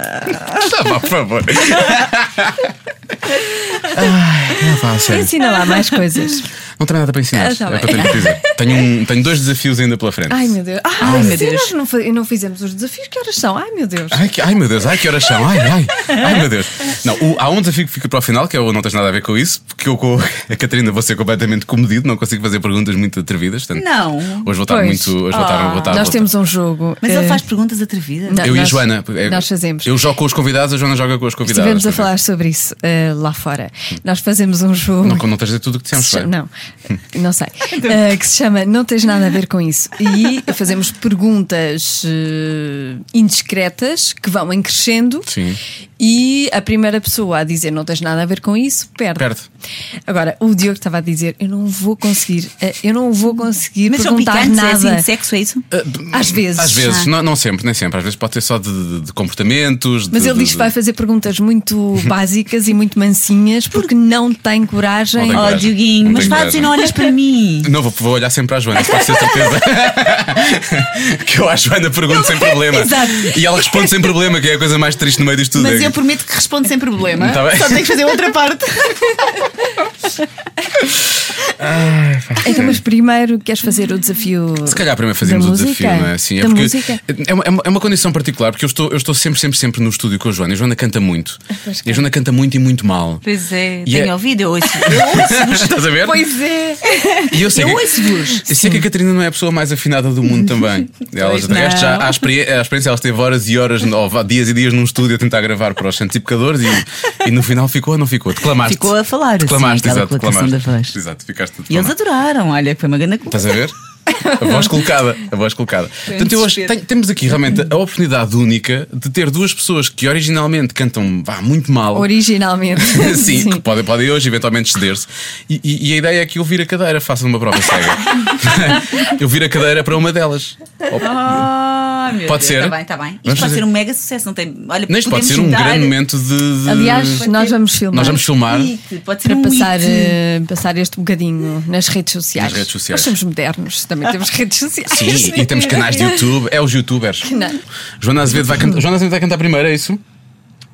Speaker 2: Tá, vá, por favor. Ai, não, vá, a sério.
Speaker 4: Ensina lá mais coisas.
Speaker 2: Não tenho nada para ensinar.
Speaker 4: Ah, tá
Speaker 2: é
Speaker 4: bem.
Speaker 2: para ter que dizer. Tenho, um- tenho dois desafios ainda pela frente.
Speaker 4: Ai meu Deus. Ai,
Speaker 5: meu
Speaker 4: meu
Speaker 5: Deus.
Speaker 4: Deus. Ah, Nós não, fi- não fizemos os desafios, que horas são? Ai meu Deus.
Speaker 2: Ai, que- ai, meu Deus, ai que horas são, ai, ai, ai meu Deus. Não, o- há um desafio que fica para o final, que eu não tens nada a ver com isso, porque eu com a Catarina vou ser completamente comedido, não consigo fazer perguntas muito atrevidas. Portanto,
Speaker 5: Não.
Speaker 2: Hoje vou estar
Speaker 4: Pois.
Speaker 2: muito. Hoje vou estar, vou estar,
Speaker 4: nós
Speaker 2: vou
Speaker 4: temos
Speaker 2: estar.
Speaker 4: um jogo.
Speaker 5: Mas ele
Speaker 4: eh,
Speaker 5: faz perguntas atrevidas.
Speaker 4: Não.
Speaker 2: Eu e a
Speaker 4: nós-
Speaker 2: Joana. é-
Speaker 4: nós fazemos.
Speaker 2: Eu jogo com os convidados, a Joana joga com os convidados.
Speaker 4: Estivemos a falar sobre isso eh, lá fora. Nós fazemos um jogo.
Speaker 2: Não, não tens de dizer tudo o que
Speaker 4: que se
Speaker 2: dissemos,
Speaker 4: chama-
Speaker 2: vai.
Speaker 4: não, não sei. Eh, que se chama Não Tens Nada a Ver com Isso. E fazemos perguntas eh, indiscretas que vão em crescendo.
Speaker 2: Sim.
Speaker 4: E a primeira pessoa a dizer Não Tens Nada a Ver com Isso perde.
Speaker 2: Perde.
Speaker 4: Agora, o Diogo estava a dizer: Eu não vou conseguir, eh, eu não vou conseguir
Speaker 5: Mas são
Speaker 4: perguntar
Speaker 5: picantes, é Ah.
Speaker 4: nada.
Speaker 5: assim, de sexo, é isso?
Speaker 4: Às vezes.
Speaker 2: Eh,
Speaker 4: Ah.
Speaker 2: Às vezes, não, não sempre, nem sempre. Às vezes pode ser só de, de- de comportamentos. de-
Speaker 4: Mas ele
Speaker 2: de-
Speaker 4: diz que vai fazer perguntas muito básicas e muito mansinhas porque não tem coragem.
Speaker 2: Não tem
Speaker 5: Oh,
Speaker 2: coragem.
Speaker 5: Dioguinho,
Speaker 2: Não
Speaker 5: mas
Speaker 2: tenho
Speaker 5: fazes
Speaker 2: coragem.
Speaker 5: e não olhas para mim.
Speaker 2: Não, vou, vou olhar sempre à Joana, isso pode ser certeza. que eu à Joana pergunto sem problema.
Speaker 5: Exato.
Speaker 2: E ela responde sem problema, que é a coisa mais triste no meio disto tudo.
Speaker 5: Mas
Speaker 2: É que-
Speaker 5: eu prometo que respondo sem problema.
Speaker 2: Tá bem.
Speaker 5: Só tenho que fazer outra parte.
Speaker 4: Então, mas primeiro queres fazer o desafio.
Speaker 2: Se calhar primeiro fazemos
Speaker 4: da
Speaker 2: o
Speaker 4: música?
Speaker 2: desafio, não é? Sim, é,
Speaker 4: da
Speaker 2: porque
Speaker 4: música.
Speaker 2: é uma, é uma- é uma condição particular, porque eu estou, eu estou sempre, sempre, sempre no estúdio com a Joana. E a Joana canta muito.
Speaker 5: Ah,
Speaker 4: pois
Speaker 2: E a
Speaker 5: é.
Speaker 2: Joana canta muito e muito mal.
Speaker 5: Pois é,
Speaker 2: E
Speaker 5: tenho
Speaker 2: é-
Speaker 5: ouvido, eu ouço.
Speaker 2: Estás a ver?
Speaker 4: Pois é.
Speaker 2: E eu sei,
Speaker 5: Eu
Speaker 2: que,
Speaker 5: ouço-vos.
Speaker 2: eu sei que a Catarina não é a pessoa mais afinada do mundo também. Ela
Speaker 5: Pois
Speaker 2: já, de resto,
Speaker 5: não.
Speaker 2: já há experi- a experiência, ela esteve horas e horas, ou vá, dias e dias num estúdio a tentar gravar para os santificadores e, e no final ficou ou não ficou? Declamaste.
Speaker 5: Ficou a falar,
Speaker 2: Declamaste,
Speaker 5: sim, aquela
Speaker 2: exato.
Speaker 5: colocação
Speaker 2: Declamaste.
Speaker 5: da voz.
Speaker 2: Exato, ficaste a
Speaker 5: E eles
Speaker 2: declamar.
Speaker 5: adoraram, olha, foi uma grande culpa.
Speaker 2: Estás a ver? A voz colocada, a voz colocada. Portanto, eu acho,
Speaker 5: desespero.
Speaker 2: tenho- temos aqui realmente a oportunidade única de ter duas pessoas que originalmente cantam vá, muito mal.
Speaker 4: Originalmente.
Speaker 2: Sim, que podem, podem hoje eventualmente ceder-se. E, e- e a ideia é que eu vire a cadeira, faça uma prova cega. eu viro a cadeira para uma delas. Ou-
Speaker 5: Ah, meu
Speaker 2: Pode
Speaker 5: Deus.
Speaker 2: ser?
Speaker 5: Tá bem, tá bem. Isto
Speaker 2: Vamos
Speaker 5: pode
Speaker 2: fazer.
Speaker 5: ser um mega sucesso, não tem. Olha,
Speaker 2: Não, isto pode
Speaker 5: podemos
Speaker 2: ser um
Speaker 5: juntar-
Speaker 2: grande momento de. de-
Speaker 4: Aliás, nós vamos filmar.
Speaker 2: nós vamos filmar.
Speaker 5: Hit, Pode ser
Speaker 4: Para
Speaker 5: um
Speaker 4: passar,
Speaker 5: hit.
Speaker 4: eh, passar este bocadinho nas redes sociais.
Speaker 2: Nas redes sociais.
Speaker 4: Nós somos modernos, também temos redes sociais.
Speaker 2: Sim, e temos canais de YouTube. É os youtubers.
Speaker 4: Não.
Speaker 2: Joana Azevedo vai, can... Joana Azevedo vai cantar primeiro, é isso?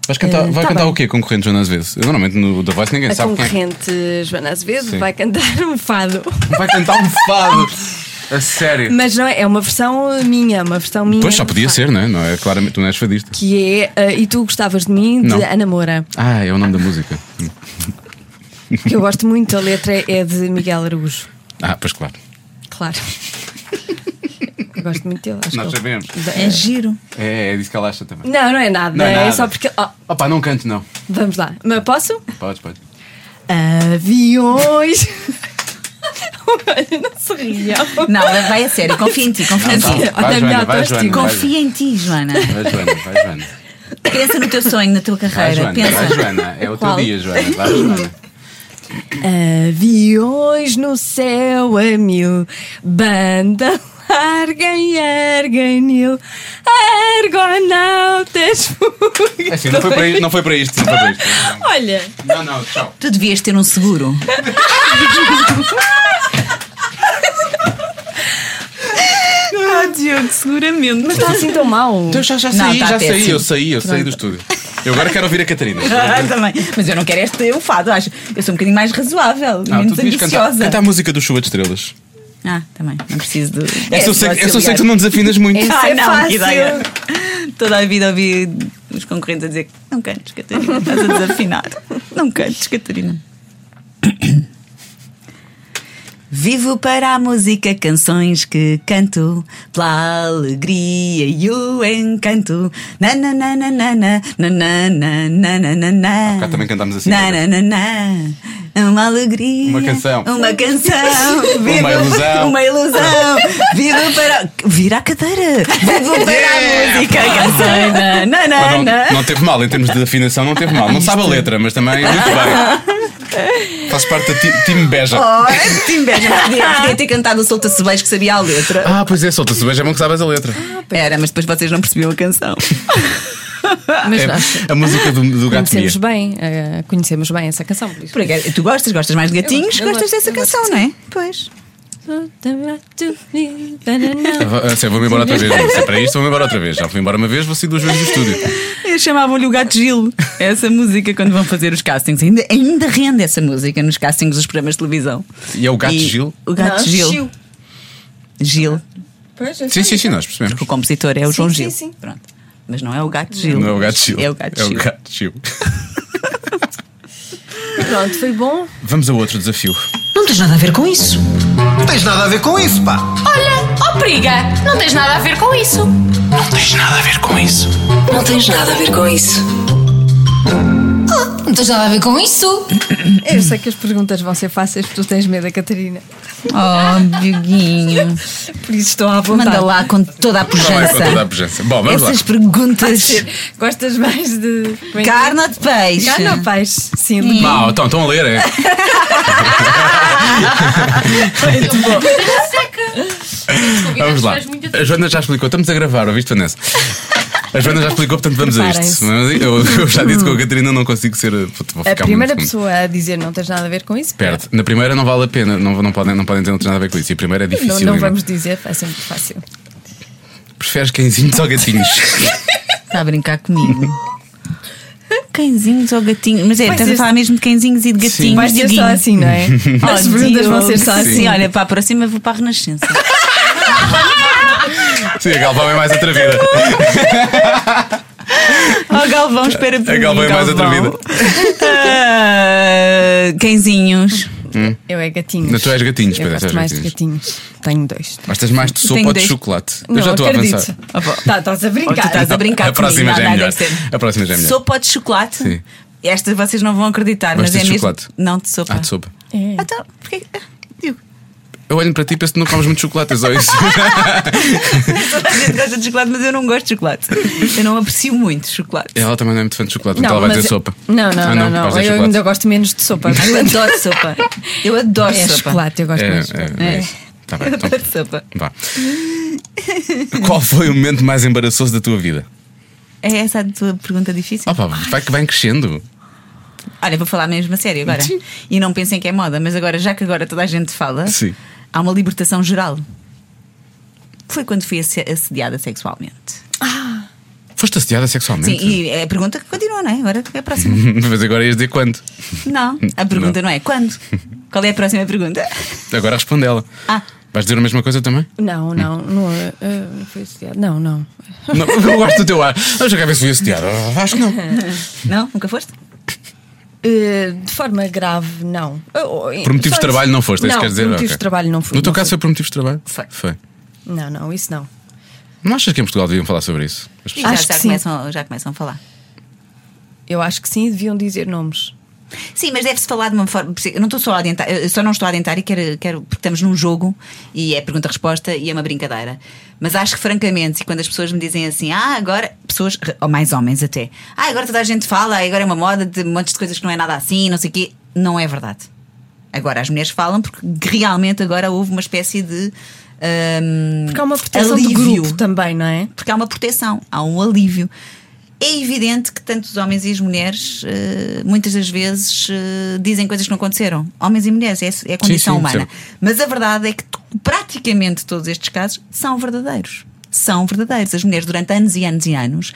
Speaker 2: Vais cantar,
Speaker 4: Eh,
Speaker 2: vai
Speaker 4: tá
Speaker 2: cantar
Speaker 4: bem.
Speaker 2: o quê, concorrente Joana Azevedo? Eu, normalmente no The Voice ninguém
Speaker 4: A
Speaker 2: sabe quem é.
Speaker 4: concorrente Joana Azevedo
Speaker 2: Sim.
Speaker 4: vai cantar um fado.
Speaker 2: Vai cantar um fado. A sério.
Speaker 4: Mas não é, é uma versão minha, uma versão minha.
Speaker 2: Pois só podia
Speaker 4: do fado.
Speaker 2: ser, não é? Não é? Claramente, tu não és fadista.
Speaker 4: Que é eh, E Tu Gostavas de Mim, de
Speaker 2: Não.
Speaker 4: Ana Moura.
Speaker 2: Ah, é o nome da música.
Speaker 4: Que eu gosto muito, a letra é de Miguel Araújo.
Speaker 2: Ah, pois claro.
Speaker 4: Claro. Eu gosto muito dele. Acho
Speaker 2: Nós
Speaker 4: que ele-
Speaker 2: sabemos.
Speaker 4: Da-
Speaker 5: É giro.
Speaker 2: É, é disso que ela acha também.
Speaker 4: Não, não é nada.
Speaker 2: Não é
Speaker 4: é
Speaker 2: nada.
Speaker 4: só porque. ó,
Speaker 2: Opa, não canto, não.
Speaker 4: vamos lá. Mas posso?
Speaker 2: Podes, podes.
Speaker 4: Aviões. Olha, não se riam.
Speaker 5: Não, vai a sério, confia em ti, confia em
Speaker 2: Não,
Speaker 5: ti.
Speaker 2: não. Vai,
Speaker 4: Olha,
Speaker 2: Joana,
Speaker 4: melhor
Speaker 2: vai,
Speaker 4: teste.
Speaker 2: Joana, vai.
Speaker 5: Confia em ti, Joana.
Speaker 2: Vai, Joana, vai, Joana.
Speaker 5: Pensa no teu sonho, na tua
Speaker 2: Vai,
Speaker 5: carreira.
Speaker 2: Joana, vai,
Speaker 5: Pensa.
Speaker 2: Joana. É o teu
Speaker 4: Qual?
Speaker 2: dia, Joana. Vai, Joana.
Speaker 4: Aviões no céu a mil, banda larga e erganil, argonautas
Speaker 2: É assim, não foi para, i- não foi para isto. Não, foi para isto.
Speaker 4: Olha,
Speaker 2: não, não, tchau.
Speaker 5: Tu devias ter um seguro. Ah, Diogo, seguramente.
Speaker 4: Mas está assim tão mal.
Speaker 2: Então já, já
Speaker 5: Não,
Speaker 2: saí,
Speaker 5: tá
Speaker 2: já saí,
Speaker 5: péssimo.
Speaker 2: eu saí, eu saí do estúdio. Eu agora quero ouvir a Catarina.
Speaker 5: Ah, também. Mas eu não quero este eu fado, acho. Eu sou um bocadinho mais razoável,
Speaker 2: Ah, tu
Speaker 5: menos
Speaker 2: devias cantar,
Speaker 5: ambiciosa.
Speaker 2: canta a música do Chuva de Estrelas.
Speaker 5: Ah, também. Não preciso É, do.
Speaker 2: Essa É, eu, sei, essa
Speaker 5: do
Speaker 2: eu sei que tu
Speaker 5: auxiliar.
Speaker 2: não desafinas muito.
Speaker 5: Isso
Speaker 4: Ah,
Speaker 5: é
Speaker 4: não,
Speaker 5: fácil.
Speaker 4: que ideia.
Speaker 5: Toda a vida ouvi os concorrentes a dizer que não cantes, Catarina, estás a desafinar. Não cantes, Catarina. Vivo para a música, canções que canto, pela alegria e o encanto. Na na na na na na na na na na na na na.
Speaker 2: bocado também cantámos assim,
Speaker 5: Na na na na. Uma alegria.
Speaker 2: Uma canção.
Speaker 5: Uma canção. Vivo-
Speaker 2: ilusão.
Speaker 5: Uma ilusão. Vivo para. Vira a cadeira. Vivo para
Speaker 2: Yeah.
Speaker 5: a música, canções. Na na
Speaker 2: Mas
Speaker 5: na na.
Speaker 2: não, não teve mal, em termos de afinação, não teve mal. Não sabe a letra, mas também é muito bem. Faz parte da ti- Time Beja.
Speaker 5: Oh, é que te inveja. Podia, podia ter cantado o Solta-se Beijo que sabia a letra.
Speaker 2: Ah, pois é, solta-se beija, é bom que sabes a letra.
Speaker 4: Ah,
Speaker 5: Era, mas depois vocês não percebiam a canção.
Speaker 4: Mas
Speaker 2: É
Speaker 4: nós
Speaker 2: a música do, do Gato Mia.
Speaker 4: conhecemos bem, eh, conhecemos bem essa canção. Por isso.
Speaker 5: Por acaso, tu gostas, gostas mais de gatinhos,
Speaker 4: Eu gosto,
Speaker 5: gostas
Speaker 4: eu
Speaker 5: dessa
Speaker 4: gosto,
Speaker 5: canção, não é? Pois.
Speaker 2: Ah, Sei, vou-me embora outra vez. Não, se é para isto, vou-me embora outra vez. Já fui embora uma vez, vou sair duas vezes do estúdio.
Speaker 5: Eles chamavam-lhe o gato Gil. Essa música quando vão fazer os castings. Ainda, ainda rende essa música nos castings dos programas de televisão.
Speaker 2: E é o Gato Gil?
Speaker 5: O gato Gil. Gil.
Speaker 4: é.
Speaker 2: Sim, sim, sim, nós percebemos.
Speaker 5: Porque o compositor é o João
Speaker 4: sim,
Speaker 5: Gil.
Speaker 4: sim.
Speaker 5: Pronto. Mas não é o gato Gil.
Speaker 2: Não é o Gato Gil.
Speaker 5: É o gato Gil.
Speaker 2: Gato Gil.
Speaker 4: Pronto, foi bom.
Speaker 2: Vamos a outro desafio.
Speaker 1: Não tens nada a ver com isso.
Speaker 6: Não tens nada a ver com isso, pá.
Speaker 7: Olha, oh periga, não tens nada a ver com isso.
Speaker 6: Não tens nada a ver com isso.
Speaker 1: Não tens nada a ver com isso.
Speaker 7: Não tens nada a ver com isso.
Speaker 4: Eu sei que as perguntas vão ser fáceis, porque tu tens medo, Catarina.
Speaker 5: Oh, Dioguinho.
Speaker 4: Por isso estou à vontade.
Speaker 5: Manda lá com toda a
Speaker 2: Vai Tá é com toda a
Speaker 5: pujança.
Speaker 2: pujança. Bom, vamos lá.
Speaker 5: Essas perguntas.
Speaker 4: Gostas mais de. como é que é?
Speaker 5: Carne ou de peixe?
Speaker 4: Carne ou peixe? Sim, de
Speaker 2: Mal, então, estão a ler, é? Vamos lá. A Joana já explicou, estamos a gravar, ouviste, Vanessa? A Joana já explicou, portanto vamos a isto. Eu, eu já disse com a Catarina não consigo ser. vou ficar
Speaker 4: A
Speaker 2: muito-
Speaker 4: primeira
Speaker 2: muito-
Speaker 4: pessoa a dizer não tens nada a ver com isso,
Speaker 2: Perde. Na primeira não vale a pena, não, não, podem, não podem ter não tem nada a ver com isso. E a primeira é
Speaker 4: Não,
Speaker 2: difícil.
Speaker 4: não vamos dizer, vai ser muito fácil.
Speaker 2: Preferes cãezinhos ou gatinhos?
Speaker 5: Está Tá a brincar comigo. Cãezinhos ou gatinhos? Mas é, estás a falar mesmo de cãezinhos e de gatinhos.
Speaker 2: Sim.
Speaker 4: Vai ser só
Speaker 5: Dioguinho.
Speaker 4: assim, não é? As perguntas vão ser só
Speaker 5: Diogo.
Speaker 4: assim.
Speaker 5: Sim, olha, para a próxima vou para a Renascença.
Speaker 2: Sim, a Galvão é mais atrevida.
Speaker 5: oh, Galvão, espera por
Speaker 2: A
Speaker 5: mim,
Speaker 2: Galvão é mais atrevida.
Speaker 5: Ah, cãezinhos.
Speaker 4: Eu é gatinhos.
Speaker 2: Mas tu és gatinhos,
Speaker 4: Eu
Speaker 2: Pedro,
Speaker 4: gosto
Speaker 2: és
Speaker 4: mais de gatinhos. Tenho dois.
Speaker 2: Mas tens mais de sopa
Speaker 5: Tenho
Speaker 2: ou de
Speaker 5: dois.
Speaker 2: chocolate?
Speaker 4: não,
Speaker 2: eu já estou
Speaker 4: acredito.
Speaker 2: a avançar.
Speaker 4: Ah, pá, tá, Estás a
Speaker 5: Oh, tu
Speaker 4: brincar.
Speaker 5: estás a brincar
Speaker 2: A próxima
Speaker 5: comigo.
Speaker 2: já é
Speaker 5: Não, não,
Speaker 2: melhor.
Speaker 5: deve ser.
Speaker 2: A próxima já é melhor.
Speaker 5: Sopa de chocolate?
Speaker 2: Sim.
Speaker 5: Esta vocês não vão acreditar,
Speaker 2: Gostas
Speaker 5: mas é
Speaker 2: de
Speaker 5: mesmo.
Speaker 2: chocolate?
Speaker 5: Não, de sopa.
Speaker 2: Ah, de sopa.
Speaker 4: É.
Speaker 5: Ah, Então, porquê? ah, Digo,
Speaker 2: Eu olho para ti e penso que não comes muito chocolate, é só isso.
Speaker 5: toda a gente gosta de chocolate, mas eu não gosto de chocolate. Eu não aprecio muito chocolate.
Speaker 2: ela também não é muito fã de chocolate, então ela vai
Speaker 4: mas- é-
Speaker 2: dizer sopa.
Speaker 4: Não, não,
Speaker 2: Ah,
Speaker 4: não,
Speaker 2: gosta
Speaker 4: não.
Speaker 2: de
Speaker 4: Eu
Speaker 2: chocolate.
Speaker 4: ainda gosto menos de sopa.
Speaker 5: Eu adoro sopa. Eu adoro
Speaker 4: É
Speaker 5: sopa.
Speaker 4: chocolate, eu gosto
Speaker 2: É,
Speaker 4: mais.
Speaker 2: é, é. isso. Tá bem,
Speaker 5: Eu
Speaker 2: então,
Speaker 5: adoro sopa.
Speaker 2: vá. Qual foi o momento mais embaraçoso da tua vida?
Speaker 5: É essa a tua pergunta difícil?
Speaker 2: Opa, vai que vai crescendo.
Speaker 5: Olha, vou falar mesmo a sério agora. E não pensem que é moda, mas agora, já que agora toda a gente fala,
Speaker 2: Sim.
Speaker 5: há uma libertação geral. Foi quando fui asse- assediada sexualmente.
Speaker 2: Foste assediada sexualmente?
Speaker 5: Sim, e é a pergunta que continua, não é? Agora é a próxima.
Speaker 2: Mas agora ias dizer quando?
Speaker 5: Não, a pergunta não, é quando. Qual é a próxima pergunta?
Speaker 2: Agora responde ela.
Speaker 5: Ah.
Speaker 2: Vais dizer a mesma coisa também?
Speaker 4: Não, não, não. eh, eh, Não foi associado. Não, não.
Speaker 2: Não, eu gosto do teu ar. Vamos já cá ver se fui assediada. Ah, Acho que não.
Speaker 5: Não? Nunca foste?
Speaker 4: Eh, De forma grave, não. Eh, oh,
Speaker 2: Por motivos de trabalho não foste, é isso que quer dizer?
Speaker 4: Por motivos
Speaker 2: Ok.
Speaker 4: de trabalho não fui.
Speaker 2: No teu
Speaker 4: não
Speaker 2: caso
Speaker 4: fui.
Speaker 2: foi por motivos de trabalho?
Speaker 5: Foi.
Speaker 4: Não, não, isso não.
Speaker 2: Não achas que em Portugal deviam falar sobre isso? As pessoas-
Speaker 5: Já,
Speaker 4: Acho
Speaker 5: já
Speaker 4: que sim.
Speaker 5: começam, já começam a falar.
Speaker 4: Eu acho que sim, deviam dizer nomes.
Speaker 5: Sim, mas deve-se falar de uma forma. por isso- Eu não estou só a adiantar, eu só não estou a adiantar e quero, quero. Porque estamos num jogo e é pergunta-resposta e é uma brincadeira. Mas acho que, francamente, e quando as pessoas me dizem assim, ah, agora. Pessoas, ou mais homens até. Ah, agora toda a gente fala, agora é uma moda de montes de coisas que não é nada assim, não sei o quê. Não é verdade. Agora as mulheres falam porque realmente agora houve uma espécie de. hum,
Speaker 4: Porque há uma proteção
Speaker 5: alívio
Speaker 4: de grupo também, não é?
Speaker 5: porque há uma proteção, há um alívio. É evidente que tanto os homens e as mulheres eh, muitas das vezes eh, dizem coisas que não aconteceram. Homens e mulheres, é, é a condição
Speaker 2: sim,
Speaker 5: humana.
Speaker 2: sim.
Speaker 5: Mas a verdade é que t- praticamente todos estes casos são verdadeiros. São verdadeiros. As mulheres, durante anos e anos e anos,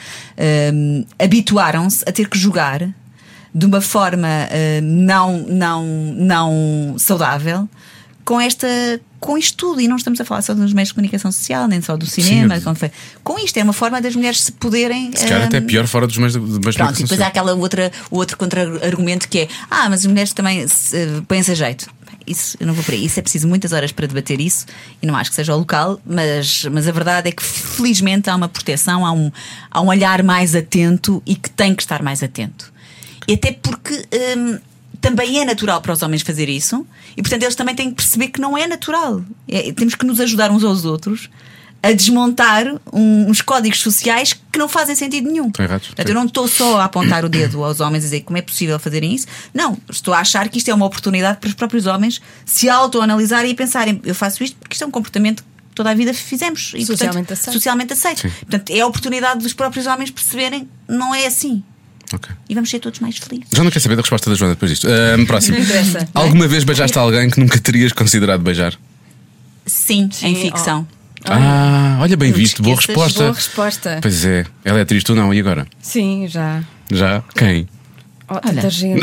Speaker 5: hum, habituaram-se a ter que jogar de uma forma hum, não, não, não saudável com esta. Com isto tudo, e não estamos a falar só dos meios de comunicação social, nem só do cinema,
Speaker 2: Sim.
Speaker 5: como foi. com isto é uma forma das mulheres se poderem.
Speaker 2: Se calhar
Speaker 5: hum,
Speaker 2: até pior fora dos meios de meios de
Speaker 5: Pronto, e depois há
Speaker 2: comunicação.
Speaker 5: aquela outra, o outro contra-argumento que é: ah, mas as mulheres também se- eh, põem-se a jeito. Isso, eu não vou por aí. Isso é preciso muitas horas para debater isso e não acho que seja o local, mas, mas a verdade é que felizmente há uma proteção, há um, há um olhar mais atento e que tem que estar mais atento. E até porque hum, também é natural para os homens fazer isso e, portanto, eles também têm que perceber que não é natural. É- temos que nos ajudar uns aos outros a desmontar um- uns códigos sociais que não fazem sentido nenhum.
Speaker 2: Estão errados,
Speaker 5: Portanto,
Speaker 2: sim.
Speaker 5: eu não estou só a apontar o dedo aos homens e dizer como é possível fazerem isso. Não, estou a achar que isto é uma oportunidade para os próprios homens se autoanalisarem e pensarem: eu faço isto porque isto é um comportamento que toda a vida fizemos e
Speaker 4: Socialmente
Speaker 5: portanto,
Speaker 4: aceito.
Speaker 5: socialmente aceito.
Speaker 2: Sim.
Speaker 5: Portanto, é a oportunidade dos próprios homens perceberem não é assim
Speaker 2: Ok.
Speaker 5: e vamos ser todos mais felizes.
Speaker 2: Já não quer saber da resposta da Joana depois disto. Ahm, próximo.
Speaker 4: Não interessa.
Speaker 2: Alguma vez beijaste alguém que nunca terias considerado beijar?
Speaker 5: Sim, em ficção.
Speaker 2: Ah, olha, bem visto, boa
Speaker 5: esqueças,
Speaker 2: resposta.
Speaker 4: boa resposta.
Speaker 2: Pois é, ela é triste ou não? E agora?
Speaker 4: Sim, já.
Speaker 2: Já? Quem?
Speaker 4: Oh, tanta gente.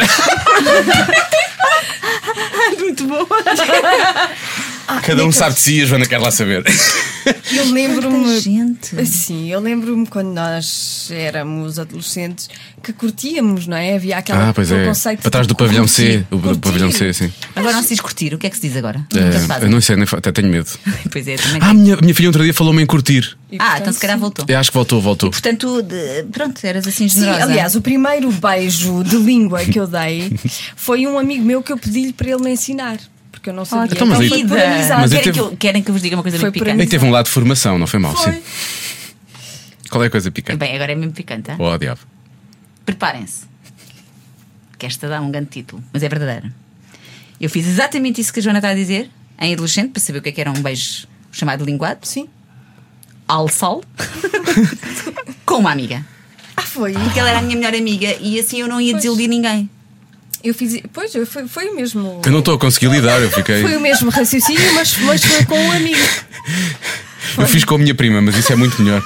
Speaker 2: Cada um sabe de si e a Joana quer lá saber.
Speaker 4: Eu
Speaker 5: Tanta
Speaker 4: lembro-me
Speaker 5: gente.
Speaker 4: Sim, eu lembro-me quando nós éramos adolescentes que curtíamos, não é? Havia aquele
Speaker 2: Ah, pois é.
Speaker 4: preconceito.
Speaker 2: Para trás do pavilhão C. O
Speaker 4: curtir.
Speaker 2: pavilhão C, sim.
Speaker 5: Agora não se diz curtir, o que é que se diz agora? Nunca se
Speaker 2: Ah,
Speaker 5: faz.
Speaker 2: eu não sei, nem fa- até tenho medo.
Speaker 5: Pois é, também.
Speaker 2: Ah, a minha, a minha filha outro dia falou-me em curtir.
Speaker 5: Ah, então se calhar voltou.
Speaker 2: Eu acho que voltou, voltou.
Speaker 5: Portanto, de- pronto, eras assim
Speaker 4: Sim,
Speaker 5: generosa.
Speaker 4: aliás, o primeiro beijo de língua que eu dei foi um amigo meu que eu pedi-lhe para ele me ensinar. Porque eu não sabia.
Speaker 2: Então, mas aí-
Speaker 4: foi por amizade.
Speaker 2: Mas eu
Speaker 5: querem,
Speaker 2: teve-
Speaker 5: que eu, querem que eu vos diga uma coisa
Speaker 4: Foi
Speaker 5: muito
Speaker 4: por
Speaker 5: picante?
Speaker 2: Aí teve um lado de formação, não foi mal,
Speaker 4: Foi.
Speaker 2: sim. Qual é a coisa picante?
Speaker 5: Bem, agora é mesmo picante. hã?
Speaker 2: Oh, diabo.
Speaker 5: Preparem-se. Que esta dá um grande título, mas é verdadeiro. Eu fiz exatamente isso que a Joana está a dizer, em adolescente, para saber o que é que era um beijo chamado linguado.
Speaker 4: Sim.
Speaker 5: Al sal. com uma amiga.
Speaker 4: Ah, foi.
Speaker 5: Porque ela era a minha melhor amiga e assim eu não ia desiludir ninguém.
Speaker 4: Eu fiz. Pois, eu- foi, foi o mesmo.
Speaker 2: Eu não estou a conseguir lidar, eu fiquei.
Speaker 4: Foi o mesmo raciocínio, mas, mas foi com um amigo.
Speaker 2: Eu fiz com a minha prima, mas isso é muito melhor.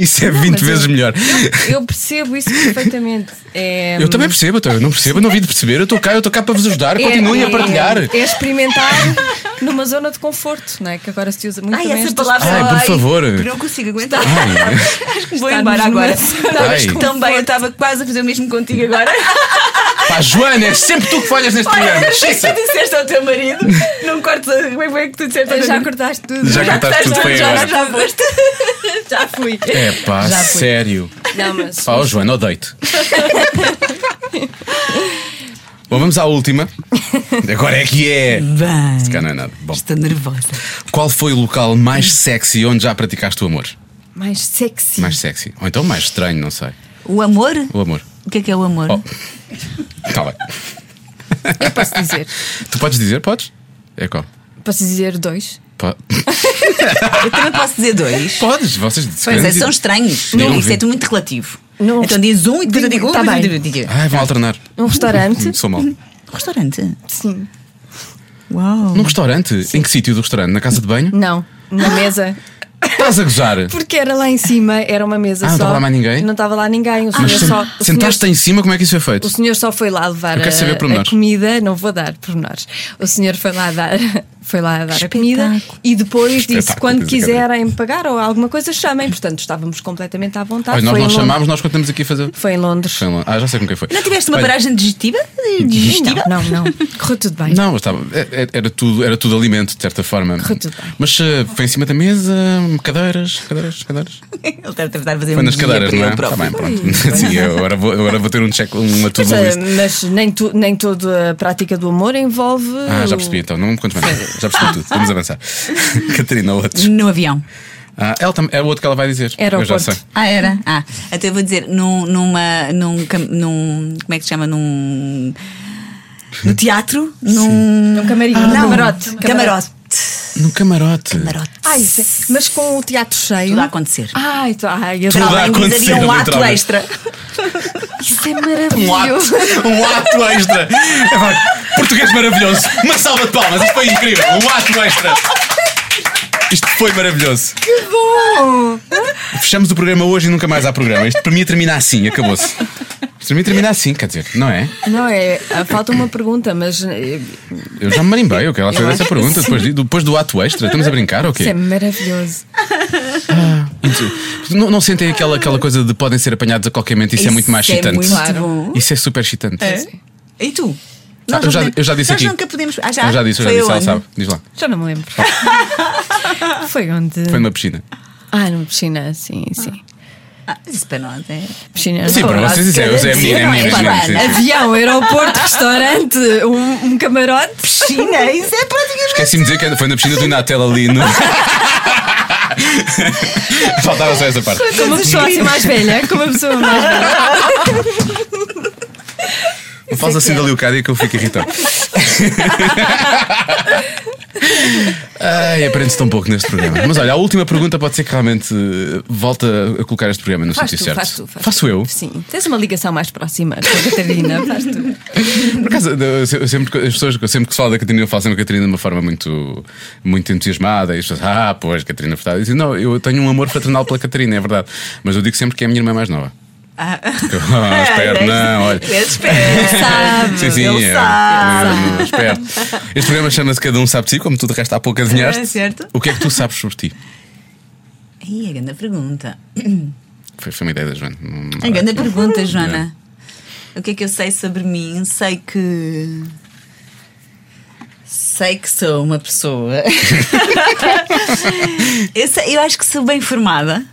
Speaker 2: isso é 20
Speaker 4: mas eu-
Speaker 2: vezes melhor.
Speaker 4: Eu percebo isso perfeitamente. É,
Speaker 2: Eu também percebo, então, eu não percebo, eu não vi de perceber, eu estou cá, eu estou cá para vos ajudar, continuem a partilhar.
Speaker 4: É, experimentar numa zona de conforto, não é? Que agora se usa muito
Speaker 5: Ai,
Speaker 4: também
Speaker 5: essa
Speaker 4: estas-
Speaker 5: palavra. é
Speaker 2: Ai, por favor.
Speaker 5: Não consigo aguentar.
Speaker 2: Ai.
Speaker 5: Acho que vou
Speaker 4: Está-nos
Speaker 5: embora
Speaker 4: numa-
Speaker 5: agora.
Speaker 2: Ai.
Speaker 5: Também, eu estava quase a fazer o mesmo contigo agora.
Speaker 2: Pá, Joana, é sempre tu que falhas neste programa.
Speaker 5: Mas o que é que tu disseste ao teu marido? Não cortes. a- Como é que tu disseste ao teu
Speaker 4: Já
Speaker 5: marido?
Speaker 4: cortaste tudo.
Speaker 2: Já cortaste tudo, foi
Speaker 5: já,
Speaker 2: agora.
Speaker 5: já foste.
Speaker 4: Já fui.
Speaker 2: É pá,
Speaker 4: Já fui.
Speaker 2: sério.
Speaker 4: Não, mas.
Speaker 2: Pá, ó, Joana, odeio-te. Bom, vamos à última. Agora é que é. Se calhar não é nada. Bom,
Speaker 5: Estou nervosa.
Speaker 2: qual foi o local mais sexy onde já praticaste o amor?
Speaker 4: Mais sexy.
Speaker 2: Mais sexy. Ou então mais estranho, não sei.
Speaker 5: O amor?
Speaker 2: O amor.
Speaker 5: O que é é que é o amor?
Speaker 2: Oh. Tá bem.
Speaker 4: Eu posso dizer.
Speaker 2: Tu podes dizer, podes? É qual?
Speaker 4: Posso dizer dois?
Speaker 2: Po-
Speaker 5: Eu também posso dizer dois.
Speaker 2: Podes, vocês se
Speaker 5: Pois
Speaker 2: calhar
Speaker 5: é,
Speaker 2: dizem-
Speaker 5: são estranhos.
Speaker 2: Não.
Speaker 5: Isso é tudo muito relativo.
Speaker 4: Não.
Speaker 5: Então diz um e depois eu digo um.
Speaker 4: Tá
Speaker 5: depois eu
Speaker 4: bem.
Speaker 5: digo- digo.
Speaker 2: Ai, Ah, vão alternar.
Speaker 5: Um
Speaker 4: Num restaurante?
Speaker 2: Sou mal.
Speaker 5: Restaurante?
Speaker 4: Sim.
Speaker 5: Uau.
Speaker 2: Num restaurante? Em que sítio do restaurante? Na casa de banho?
Speaker 4: Não. Na mesa.
Speaker 2: Estás a gozar?
Speaker 4: Porque era lá em cima, era uma mesa
Speaker 2: Ah,
Speaker 4: só.
Speaker 2: não estava lá mais ninguém? Ah.
Speaker 4: Não estava lá ninguém. O senhor
Speaker 2: Mas sen-
Speaker 4: só. o senhor-
Speaker 2: sentaste em cima, como é que isso é feito?
Speaker 4: O senhor só foi lá levar
Speaker 2: Eu quero saber
Speaker 4: a, a
Speaker 2: pormenores.
Speaker 4: comida, não vou dar pormenores. O senhor foi lá dar, foi lá dar a comida
Speaker 5: espetáculo.
Speaker 4: e depois disse
Speaker 2: Espetáculo,
Speaker 4: quando
Speaker 2: diz a Catarina.
Speaker 4: quiserem pagar ou alguma coisa chamem. Portanto, estávamos completamente à vontade.
Speaker 2: Olha, nós
Speaker 4: foi,
Speaker 2: não
Speaker 4: em Lond-
Speaker 2: chamámos, nós contamos aqui a fazer.
Speaker 4: foi em Londres.
Speaker 2: Foi lá. Ah, já sei com quem foi.
Speaker 5: Não tiveste uma
Speaker 2: Olha,
Speaker 5: paragem digestiva? Digestiva?
Speaker 4: Não, não, não. Correu tudo bem.
Speaker 2: Não, mas estava, é- é- era, tudo, era tudo alimento, de certa forma.
Speaker 4: Correu tudo bem.
Speaker 2: Mas eh, foi em cima da mesa, cadeiras, cadeiras, cadeiras.
Speaker 5: Ele deve tentar fazer
Speaker 2: Foi
Speaker 5: um
Speaker 2: nas
Speaker 5: guia
Speaker 2: cadeiras,
Speaker 5: para
Speaker 2: não é?
Speaker 5: ele
Speaker 2: Está
Speaker 5: próprio.
Speaker 2: bem, pronto. Sim, eu agora vou, agora vou ter um check, uma
Speaker 4: Mas,
Speaker 2: tudo
Speaker 4: ah,
Speaker 2: list.
Speaker 4: mas nem, tu- nem toda a prática do amor envolve.
Speaker 2: Ah, já
Speaker 4: o-
Speaker 2: percebi então, não me contes mais. Já percebi tudo, vamos avançar. Catarina, outros.
Speaker 5: No avião.
Speaker 2: Ah, ela tam- é o outro que ela vai dizer.
Speaker 4: Era o
Speaker 2: eu já
Speaker 4: Porto.
Speaker 2: sei.
Speaker 5: Ah, era? Ah, até vou dizer, num, numa. Num, cam- num. Como é que se chama? Num. No teatro? Num. Num
Speaker 4: camarim.
Speaker 5: Não,
Speaker 4: Camarote.
Speaker 5: camarote. Camarote.
Speaker 2: No camarote.
Speaker 4: Ah, isso é- Mas com o teatro cheio.
Speaker 5: Tudo a acontecer.
Speaker 4: Ai, tô- ai, eu
Speaker 2: Tudo a
Speaker 5: Além disso, havia
Speaker 2: acontecer,
Speaker 5: um ato
Speaker 2: literalmente.
Speaker 5: extra.
Speaker 4: Isso é
Speaker 2: Um ato,
Speaker 4: maravilhoso.
Speaker 2: um ato extra. É pá, Português maravilhoso. Uma salva de palmas. Isto foi incrível. Um ato extra. Isto foi maravilhoso. Que bom! Fechamos o programa hoje e nunca mais há programa. Isto para mim termina assim, acabou-se. Para mim termina assim, quer dizer, não é?
Speaker 4: Não, é. ah, Falta uma pergunta, mas eh,
Speaker 2: Eu já me marimbei, eu quero lá fazer
Speaker 4: Eu
Speaker 2: essa
Speaker 4: acho que
Speaker 2: pergunta depois, de- depois do ato extra. Estamos a brincar ou
Speaker 4: isso é
Speaker 2: quê?
Speaker 4: maravilhoso.
Speaker 2: Não, não sentem aquela, aquela coisa de podem ser apanhados a qualquer momento, isso, é muito mais excitante.
Speaker 5: muito bom.
Speaker 2: Isso é super excitante.
Speaker 5: E tu?
Speaker 2: Ah, eu, já, eu já disse
Speaker 5: nós
Speaker 2: aqui.
Speaker 5: nunca podemos. Ah, já?
Speaker 2: Eu já disse, eu já
Speaker 5: Foi
Speaker 2: disse, ela
Speaker 5: onde?
Speaker 2: sabe. Diz lá.
Speaker 4: Já não me lembro. Foi onde?
Speaker 2: Foi numa piscina.
Speaker 4: Ah, numa piscina, sim, sim.
Speaker 5: Ah, mas isso para nós é.
Speaker 4: Piscina.
Speaker 2: Sim,
Speaker 4: não.
Speaker 2: para vocês isso é, isso é menina, é menina. é menina, sim, sim.
Speaker 4: Avião, aeroporto, restaurante, um, um camarote.
Speaker 5: China, isso é praticamente.
Speaker 2: Esqueci-me de dizer que foi na piscina do Inatel ali no. Faltava só essa parte.
Speaker 4: Com uma pessoa assim mais velha, com uma pessoa mais velha.
Speaker 2: Faz assim da Leocádia que eu fico irritado. Ai, aprende-se tão pouco neste programa. Mas olha, a última pergunta pode ser que realmente eh, volte a colocar este programa no
Speaker 4: Faz
Speaker 2: sítio
Speaker 4: tu,
Speaker 2: certo.
Speaker 4: faz tu, faz
Speaker 2: Faço eu.
Speaker 4: Sim, tens uma ligação mais próxima com a Catarina, faz tu.
Speaker 2: Por acaso, eu se- eu sempre, que- as pessoas, eu sempre que se fala da Catarina, eu falo sempre da Catarina de uma forma muito, muito entusiasmada. E as pessoas, ah, pois, Catarina Furtado. Eu digo, não, eu tenho um amor fraternal pela Catarina, é verdade. Mas eu digo sempre que é a minha irmã mais nova.
Speaker 5: Ah.
Speaker 2: Eu, ah, espero, não, olha.
Speaker 5: Ele espera.
Speaker 4: Sabe?
Speaker 2: Sim, sim,
Speaker 5: Ele
Speaker 2: é,
Speaker 5: sabe.
Speaker 2: mesmo esperto. Este programa chama-se Cada Um Sabe de Si, como tu de resto há pouco adivinhaste.
Speaker 5: É, certo.
Speaker 2: O que é que tu sabes sobre ti?
Speaker 5: Ai, a grande pergunta.
Speaker 2: Foi, foi uma ideia da Joana. Não- não
Speaker 5: A grande
Speaker 2: era.
Speaker 5: pergunta, Joana. O que é que eu sei sobre mim? Sei que. Sei que sou uma pessoa. eu, sei- eu acho que sou bem formada,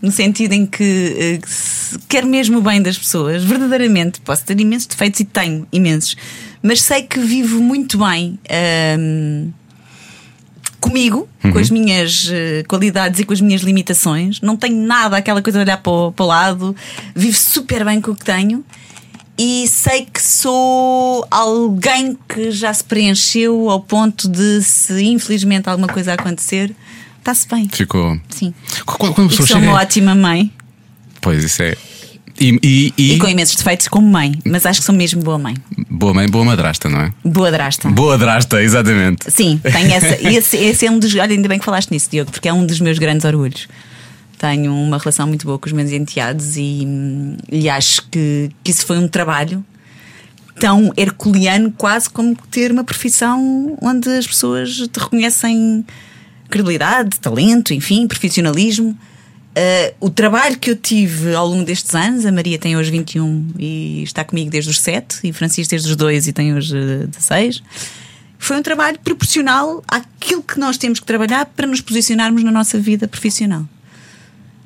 Speaker 5: no sentido em que eh, que se- quero mesmo o bem das pessoas, verdadeiramente. Posso ter imensos defeitos e tenho imensos, mas sei que vivo muito bem. ahm, comigo,
Speaker 2: Uhum.
Speaker 5: com as minhas eh, qualidades e com as minhas limitações. Não tenho nada aquela coisa de olhar para o, para o lado. Vivo super bem com o que tenho. E sei que sou alguém que já se preencheu ao ponto de, se infelizmente alguma coisa acontecer, está-se bem.
Speaker 2: Ficou.
Speaker 5: Sim.
Speaker 2: Qu- Quando, quando a
Speaker 5: E que
Speaker 2: pessoa
Speaker 5: sou
Speaker 2: chega. é-
Speaker 5: uma ótima mãe.
Speaker 2: Pois, isso é. E, e- e-
Speaker 5: E com imensos defeitos como mãe, mas acho que sou mesmo boa mãe.
Speaker 2: Boa mãe, boa madrasta, não é?
Speaker 5: Boa drasta.
Speaker 2: Boa madrasta, exatamente.
Speaker 5: Sim, tem essa. esse, esse é um dos. Olha, ainda bem que falaste nisso, Diogo, porque é um dos meus grandes orgulhos. Tenho uma relação muito boa com os meus enteados e, hum, e acho que, que isso foi um trabalho tão herculeano, quase como ter uma profissão onde as pessoas te reconhecem credibilidade, talento, enfim, profissionalismo. Ah, o trabalho que eu tive ao longo destes anos, a Maria tem hoje 21 e está comigo desde os 7, e o Francisco desde os 2 e tem hoje ah, 16. Foi um trabalho proporcional àquilo que nós temos que trabalhar para nos posicionarmos na nossa vida profissional.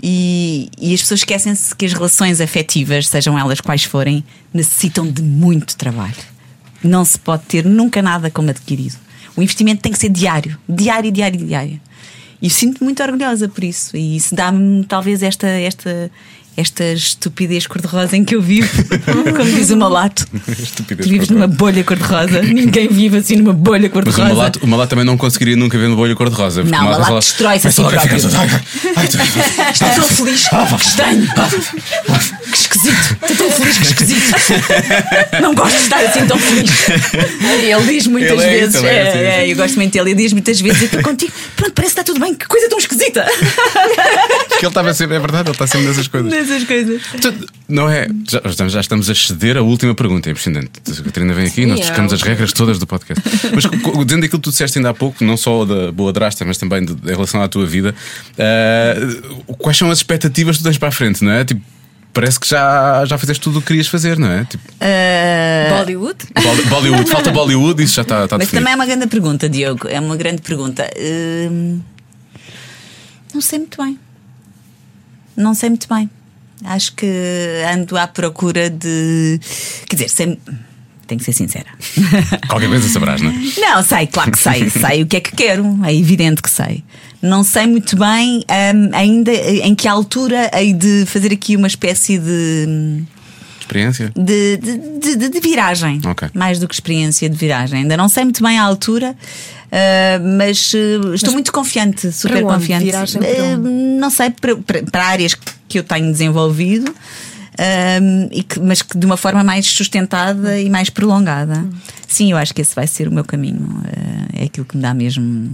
Speaker 5: E, e as pessoas esquecem-se que as relações afetivas, sejam elas quais forem, necessitam de muito trabalho. Não se pode ter nunca nada como adquirido. O investimento tem que ser diário, diário, diário, diário. E sinto-me muito orgulhosa por isso. E isso dá-me talvez esta, esta, esta estupidez cor-de-rosa em que eu vivo, como diz o malato.
Speaker 2: Estupidez
Speaker 5: Tu vives numa bolha cor-de-rosa. Ninguém vive assim numa
Speaker 2: Mas
Speaker 5: bolha
Speaker 2: o
Speaker 5: cor-de-rosa.
Speaker 2: malato, o malato também não conseguiria nunca ver no bolho cor-de-rosa. porque é
Speaker 5: Não, o malato
Speaker 2: fala-
Speaker 5: destrói-se a si
Speaker 2: Mas ela
Speaker 5: próprio.
Speaker 2: fica- Ai, ai, ai,
Speaker 5: Estou tão feliz.
Speaker 2: Ah,
Speaker 5: Que estranho. Que esquisito. Estou tão feliz que esquisito. Não gosto de estar assim tão feliz. Ele diz muitas
Speaker 2: Ele é isso,
Speaker 5: vezes.
Speaker 2: ele é assim,
Speaker 5: é,
Speaker 2: sim.
Speaker 5: é, eu gosto muito dele. Ele diz muitas vezes. Eu estou contigo. Pronto, parece que está tudo bem. Que coisa tão esquisita.
Speaker 2: Porque ele estava sempre, é verdade, ele está sempre nessas coisas.
Speaker 5: Nessas coisas.
Speaker 2: Tu- Não é? Já já estamos, já estamos a ceder a última pergunta, é impressionante. A Catarina vem aqui e nós
Speaker 4: é
Speaker 2: trocamos as regras todas do podcast. Mas co- co- dizendo aquilo que tu disseste ainda há pouco, não só da boa drasta, mas também de- em relação à tua vida, eh, quais são as expectativas que tu tens para a frente, não é? Tipo, parece que já, já fizeste tudo o que querias fazer, não é? Tipo,
Speaker 4: Bollywood?
Speaker 2: Bol- Bollywood, falta Bollywood, isso já está, está
Speaker 5: Ah, Mas
Speaker 2: definido.
Speaker 5: também é uma grande pergunta, Diogo. É uma grande pergunta. Hum, não sei muito bem. Não sei muito bem. Acho que ando à procura de. Quer dizer, sem... tenho que ser sincera.
Speaker 2: Qualquer coisa saberás, não é?
Speaker 5: Não, sei, claro que sei. Sei o que é que quero. É evidente que sei. Não sei muito bem hum, ainda em que altura hei de fazer aqui uma espécie de. hum,
Speaker 2: Experiência?
Speaker 5: de, de, de- de- de viragem.
Speaker 2: Ok.
Speaker 5: Mais do que experiência de viragem. Ainda não sei muito bem a altura, ah, mas ah, estou muito confiante, super
Speaker 4: onde?
Speaker 5: confiante. Eh,
Speaker 4: Viragem para
Speaker 5: Ah, não sei, para, para- para áreas que eu tenho desenvolvido. ahm, e que- mas que de uma forma mais sustentada e mais prolongada. Sim, eu acho que esse vai ser o meu caminho. eh, é aquilo que me dá mesmo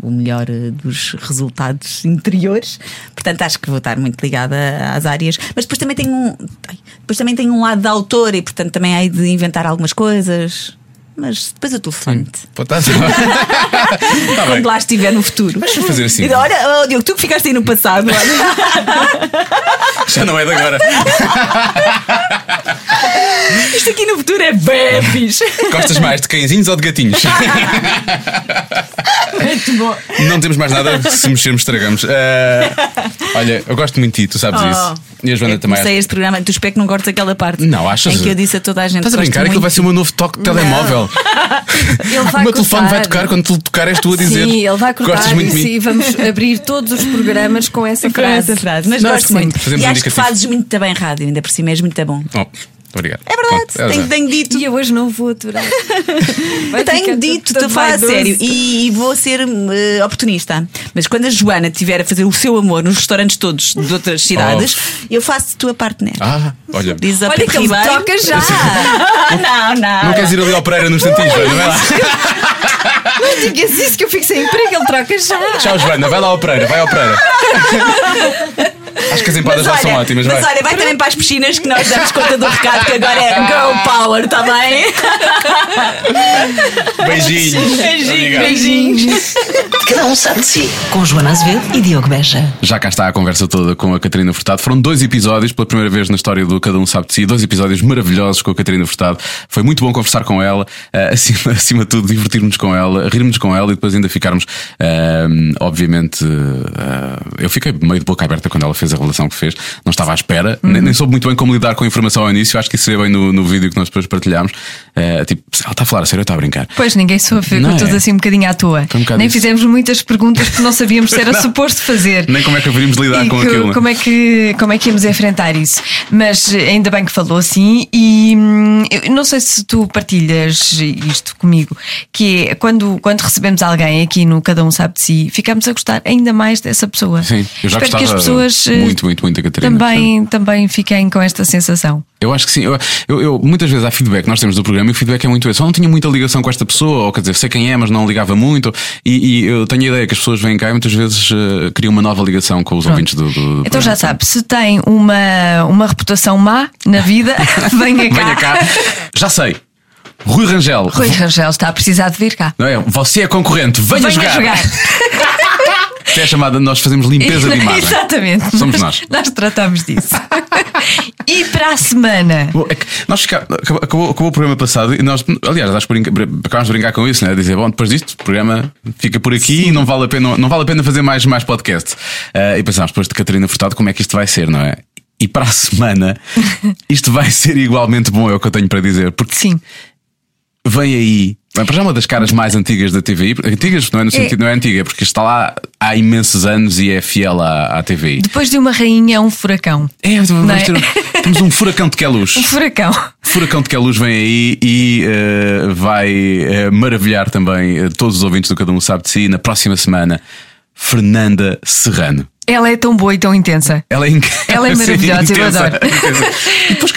Speaker 5: o melhor eh, dos resultados interiores. Portanto, acho que vou estar muito ligada às áreas. Mas depois também tenho um, ai, depois também tenho um lado da autora e, portanto, também hei de inventar algumas coisas. Mas depois eu telefone-te.
Speaker 2: Pode estar- Tá bem.
Speaker 5: Quando lá estiver no futuro.
Speaker 2: Mas vamos fazer assim.
Speaker 5: E olha, oh, Diogo, tu que ficaste aí no passado. Olha.
Speaker 2: Já não é de agora.
Speaker 5: Isto aqui no futuro é bebes.
Speaker 2: Gostas mais de cãezinhos ou de gatinhos?
Speaker 5: Muito bom.
Speaker 2: Não temos mais nada, se mexermos, estragamos. Eh, olha, eu gosto muito de ti, tu sabes isso. E a Joana
Speaker 5: eu
Speaker 2: também.
Speaker 5: Comecei este programa, tu espero que não cortes aquela parte.
Speaker 2: Não, achas?
Speaker 5: Em que eu disse a toda a gente.
Speaker 2: Estás a
Speaker 5: "Gosto
Speaker 2: brincar? Aquilo
Speaker 5: muito
Speaker 2: vai ser o meu novo toque de telemóvel.
Speaker 4: Ele
Speaker 2: o
Speaker 4: vai
Speaker 2: meu telefone vai
Speaker 4: cortar.
Speaker 2: tocar quando tu tocar, és tu a dizer.
Speaker 4: Sim, ele vai cortar
Speaker 2: Gostas muito de
Speaker 4: isso
Speaker 2: mim.
Speaker 4: e vamos abrir todos os programas com essa
Speaker 5: com
Speaker 4: frase.
Speaker 5: essa frase, mas
Speaker 2: Não,
Speaker 5: gosto
Speaker 2: sim.
Speaker 5: muito.
Speaker 2: Fazemos
Speaker 5: e
Speaker 2: um
Speaker 5: acho que
Speaker 2: indicativo.
Speaker 5: fazes muito bem rádio, ainda por cima és muito bom.
Speaker 2: Oh, muito obrigado.
Speaker 5: É verdade,
Speaker 2: Pronto,
Speaker 5: tenho,
Speaker 2: já.
Speaker 5: tenho dito.
Speaker 4: E eu hoje não vou aturar. Vai
Speaker 5: Eu
Speaker 4: ficar
Speaker 5: tenho
Speaker 4: tudo
Speaker 5: dito,
Speaker 4: todo
Speaker 5: estou a falar a
Speaker 4: vaidoso.
Speaker 5: sério. E, e vou ser eh, oportunista. Mas quando a Joana estiver a fazer o seu amor nos restaurantes todos de outras cidades, eu faço a tua parte nela.
Speaker 2: Oh. Ah, olha.
Speaker 5: Diz a
Speaker 4: Olha
Speaker 5: Pepe
Speaker 4: que ele
Speaker 5: Ribeiro.
Speaker 4: toca já.
Speaker 5: não, não.
Speaker 2: Não queres ir ali ao Pereira nos tantinhos, Joana? Vai é? lá.
Speaker 4: Não digas isso que eu fico sem emprego, ele troca já.
Speaker 2: Tchau, Joana. Vai lá ao Pereira, vai ao Pereira. Acho que as empadas já são ótimas,
Speaker 5: mas
Speaker 2: vai.
Speaker 5: olha, vai também para as piscinas que nós damos conta do recado que agora é Girl Power, está bem?
Speaker 2: Beijinhos. Obrigado.
Speaker 1: Cada um sabe de si. Com Joana Azevedo e Diogo Beja.
Speaker 2: Já cá está a conversa toda com a Catarina Furtado. Foram dois episódios, pela primeira vez na história do Cada Um Sabe de Si, dois episódios maravilhosos com a Catarina Furtado. Foi muito bom conversar com ela, eh, acima, acima de tudo, divertirmos com ela, rirmos com ela e depois ainda ficarmos, eh, obviamente, eh, eu fiquei meio de boca aberta quando ela fez a relação que fez, não estava à espera,
Speaker 3: Uhum.
Speaker 2: nem, nem soube muito bem como lidar com a informação ao início, acho que isso seria bem no, no vídeo que nós depois partilhámos. Eh, tipo, ela está a falar a sério, ou está a brincar.
Speaker 3: Pois ninguém soube, ficou
Speaker 2: Não é?
Speaker 3: tudo assim um bocadinho à toa.
Speaker 2: Foi um bocado
Speaker 3: Nem
Speaker 2: isso.
Speaker 3: fizemos muitas perguntas porque não sabíamos se era suposto fazer.
Speaker 2: Nem como é que haveríamos de lidar
Speaker 3: E
Speaker 2: com
Speaker 3: que-
Speaker 2: aquilo. né?
Speaker 3: Como é, que, como é que íamos enfrentar isso? Mas eh, ainda bem que falou assim, e hum, eu não sei se tu partilhas isto comigo, que é quando, quando recebemos alguém aqui no Cada Um Sabe de Si, ficamos a gostar ainda mais dessa pessoa.
Speaker 2: Sim, eu já
Speaker 3: Espero
Speaker 2: gostava
Speaker 3: que as pessoas eh,
Speaker 2: muito, muito, muito da Catarina,
Speaker 3: também, também fiquem com esta sensação.
Speaker 2: Eu acho que sim. Eu, eu- eu- muitas vezes há feedback, nós temos do programa e o feedback é muito esse. Eu não tinha muita ligação com esta pessoa, ou quer dizer, sei quem é, mas não ligava muito. E, e eu tenho a ideia que as pessoas vêm cá e muitas vezes eh, criam uma nova ligação com os ouvintes do, do, do
Speaker 3: Então já
Speaker 2: programa.
Speaker 3: sabe, se tem uma, uma reputação má na vida, venha cá.
Speaker 2: Venha cá. já sei. Rui Rangel.
Speaker 3: Rui Rangel está a precisar de vir cá.
Speaker 2: Não é? Você é concorrente, venha, jogar. Isto é a chamada, nós fazemos limpeza de imagem.
Speaker 3: Exatamente.
Speaker 2: Somos nós.
Speaker 3: Nós tratamos disso. e para a semana.
Speaker 2: Bom, é que Nós fica- acabou, acabou- acabou o programa passado e nós, aliás, acho que brinca- br- acabámos de brincar com isso, né? Dizer, bom, depois disto, o programa fica por aqui e não vale a pena, não vale a pena fazer mais, mais podcast. Ah, e pensámos, depois de Catarina Furtado, como é que isto vai ser, não é? E para a semana, isto vai ser igualmente bom, é o que eu tenho para dizer, porque
Speaker 3: Sim.
Speaker 2: vem aí. Bem, para já é uma das caras mais antigas da TVI, antigas não é no sentido, não é antiga, porque está lá há imensos anos e é fiel à, à TVI.
Speaker 3: Depois de uma rainha, é um furacão.
Speaker 2: É, vamos
Speaker 3: é?
Speaker 2: ter um- temos um furacão de que é luz.
Speaker 3: Um furacão.
Speaker 2: Furacão de Queluz vem aí e eh, vai eh, maravilhar também eh, todos os ouvintes do Cada Um Sabe de Si na próxima semana. Fernanda Serrano.
Speaker 3: Ela é tão boa e tão intensa.
Speaker 2: Ela é, inc-
Speaker 3: Ela é
Speaker 2: Sim,
Speaker 3: maravilhosa, eu
Speaker 2: intensa.
Speaker 3: adoro.
Speaker 2: E depois,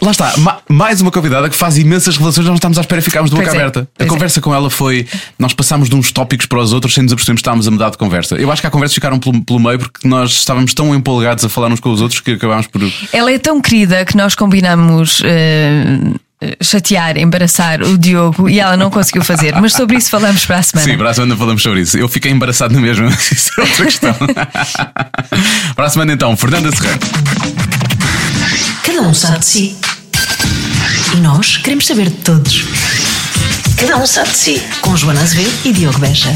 Speaker 2: lá está, ma- mais uma convidada que faz imensas relações, nós não estamos à espera e ficámos de boca
Speaker 3: Pois é,
Speaker 2: aberta. A
Speaker 3: pois é.
Speaker 2: conversa com ela foi. Nós passámos de uns tópicos para os outros sem nos apercebermos que estávamos a mudar de conversa. Eu acho que há conversas que ficaram pelo, pelo meio porque nós estávamos tão empolgados a falar uns com os outros que acabámos por.
Speaker 3: Ela é tão querida que nós combinamos. eh, Chatear, embaraçar o Diogo e ela não conseguiu fazer, mas sobre isso falamos para a semana.
Speaker 2: Sim, para a semana falamos sobre isso. Eu fiquei embaraçado na mesma, mas isso é outra questão. para a semana então, Fernanda Serrano.
Speaker 1: Cada um sabe de si. E nós queremos saber de todos. Cada um sabe de si. Com Joana Azevedo e Diogo Beja.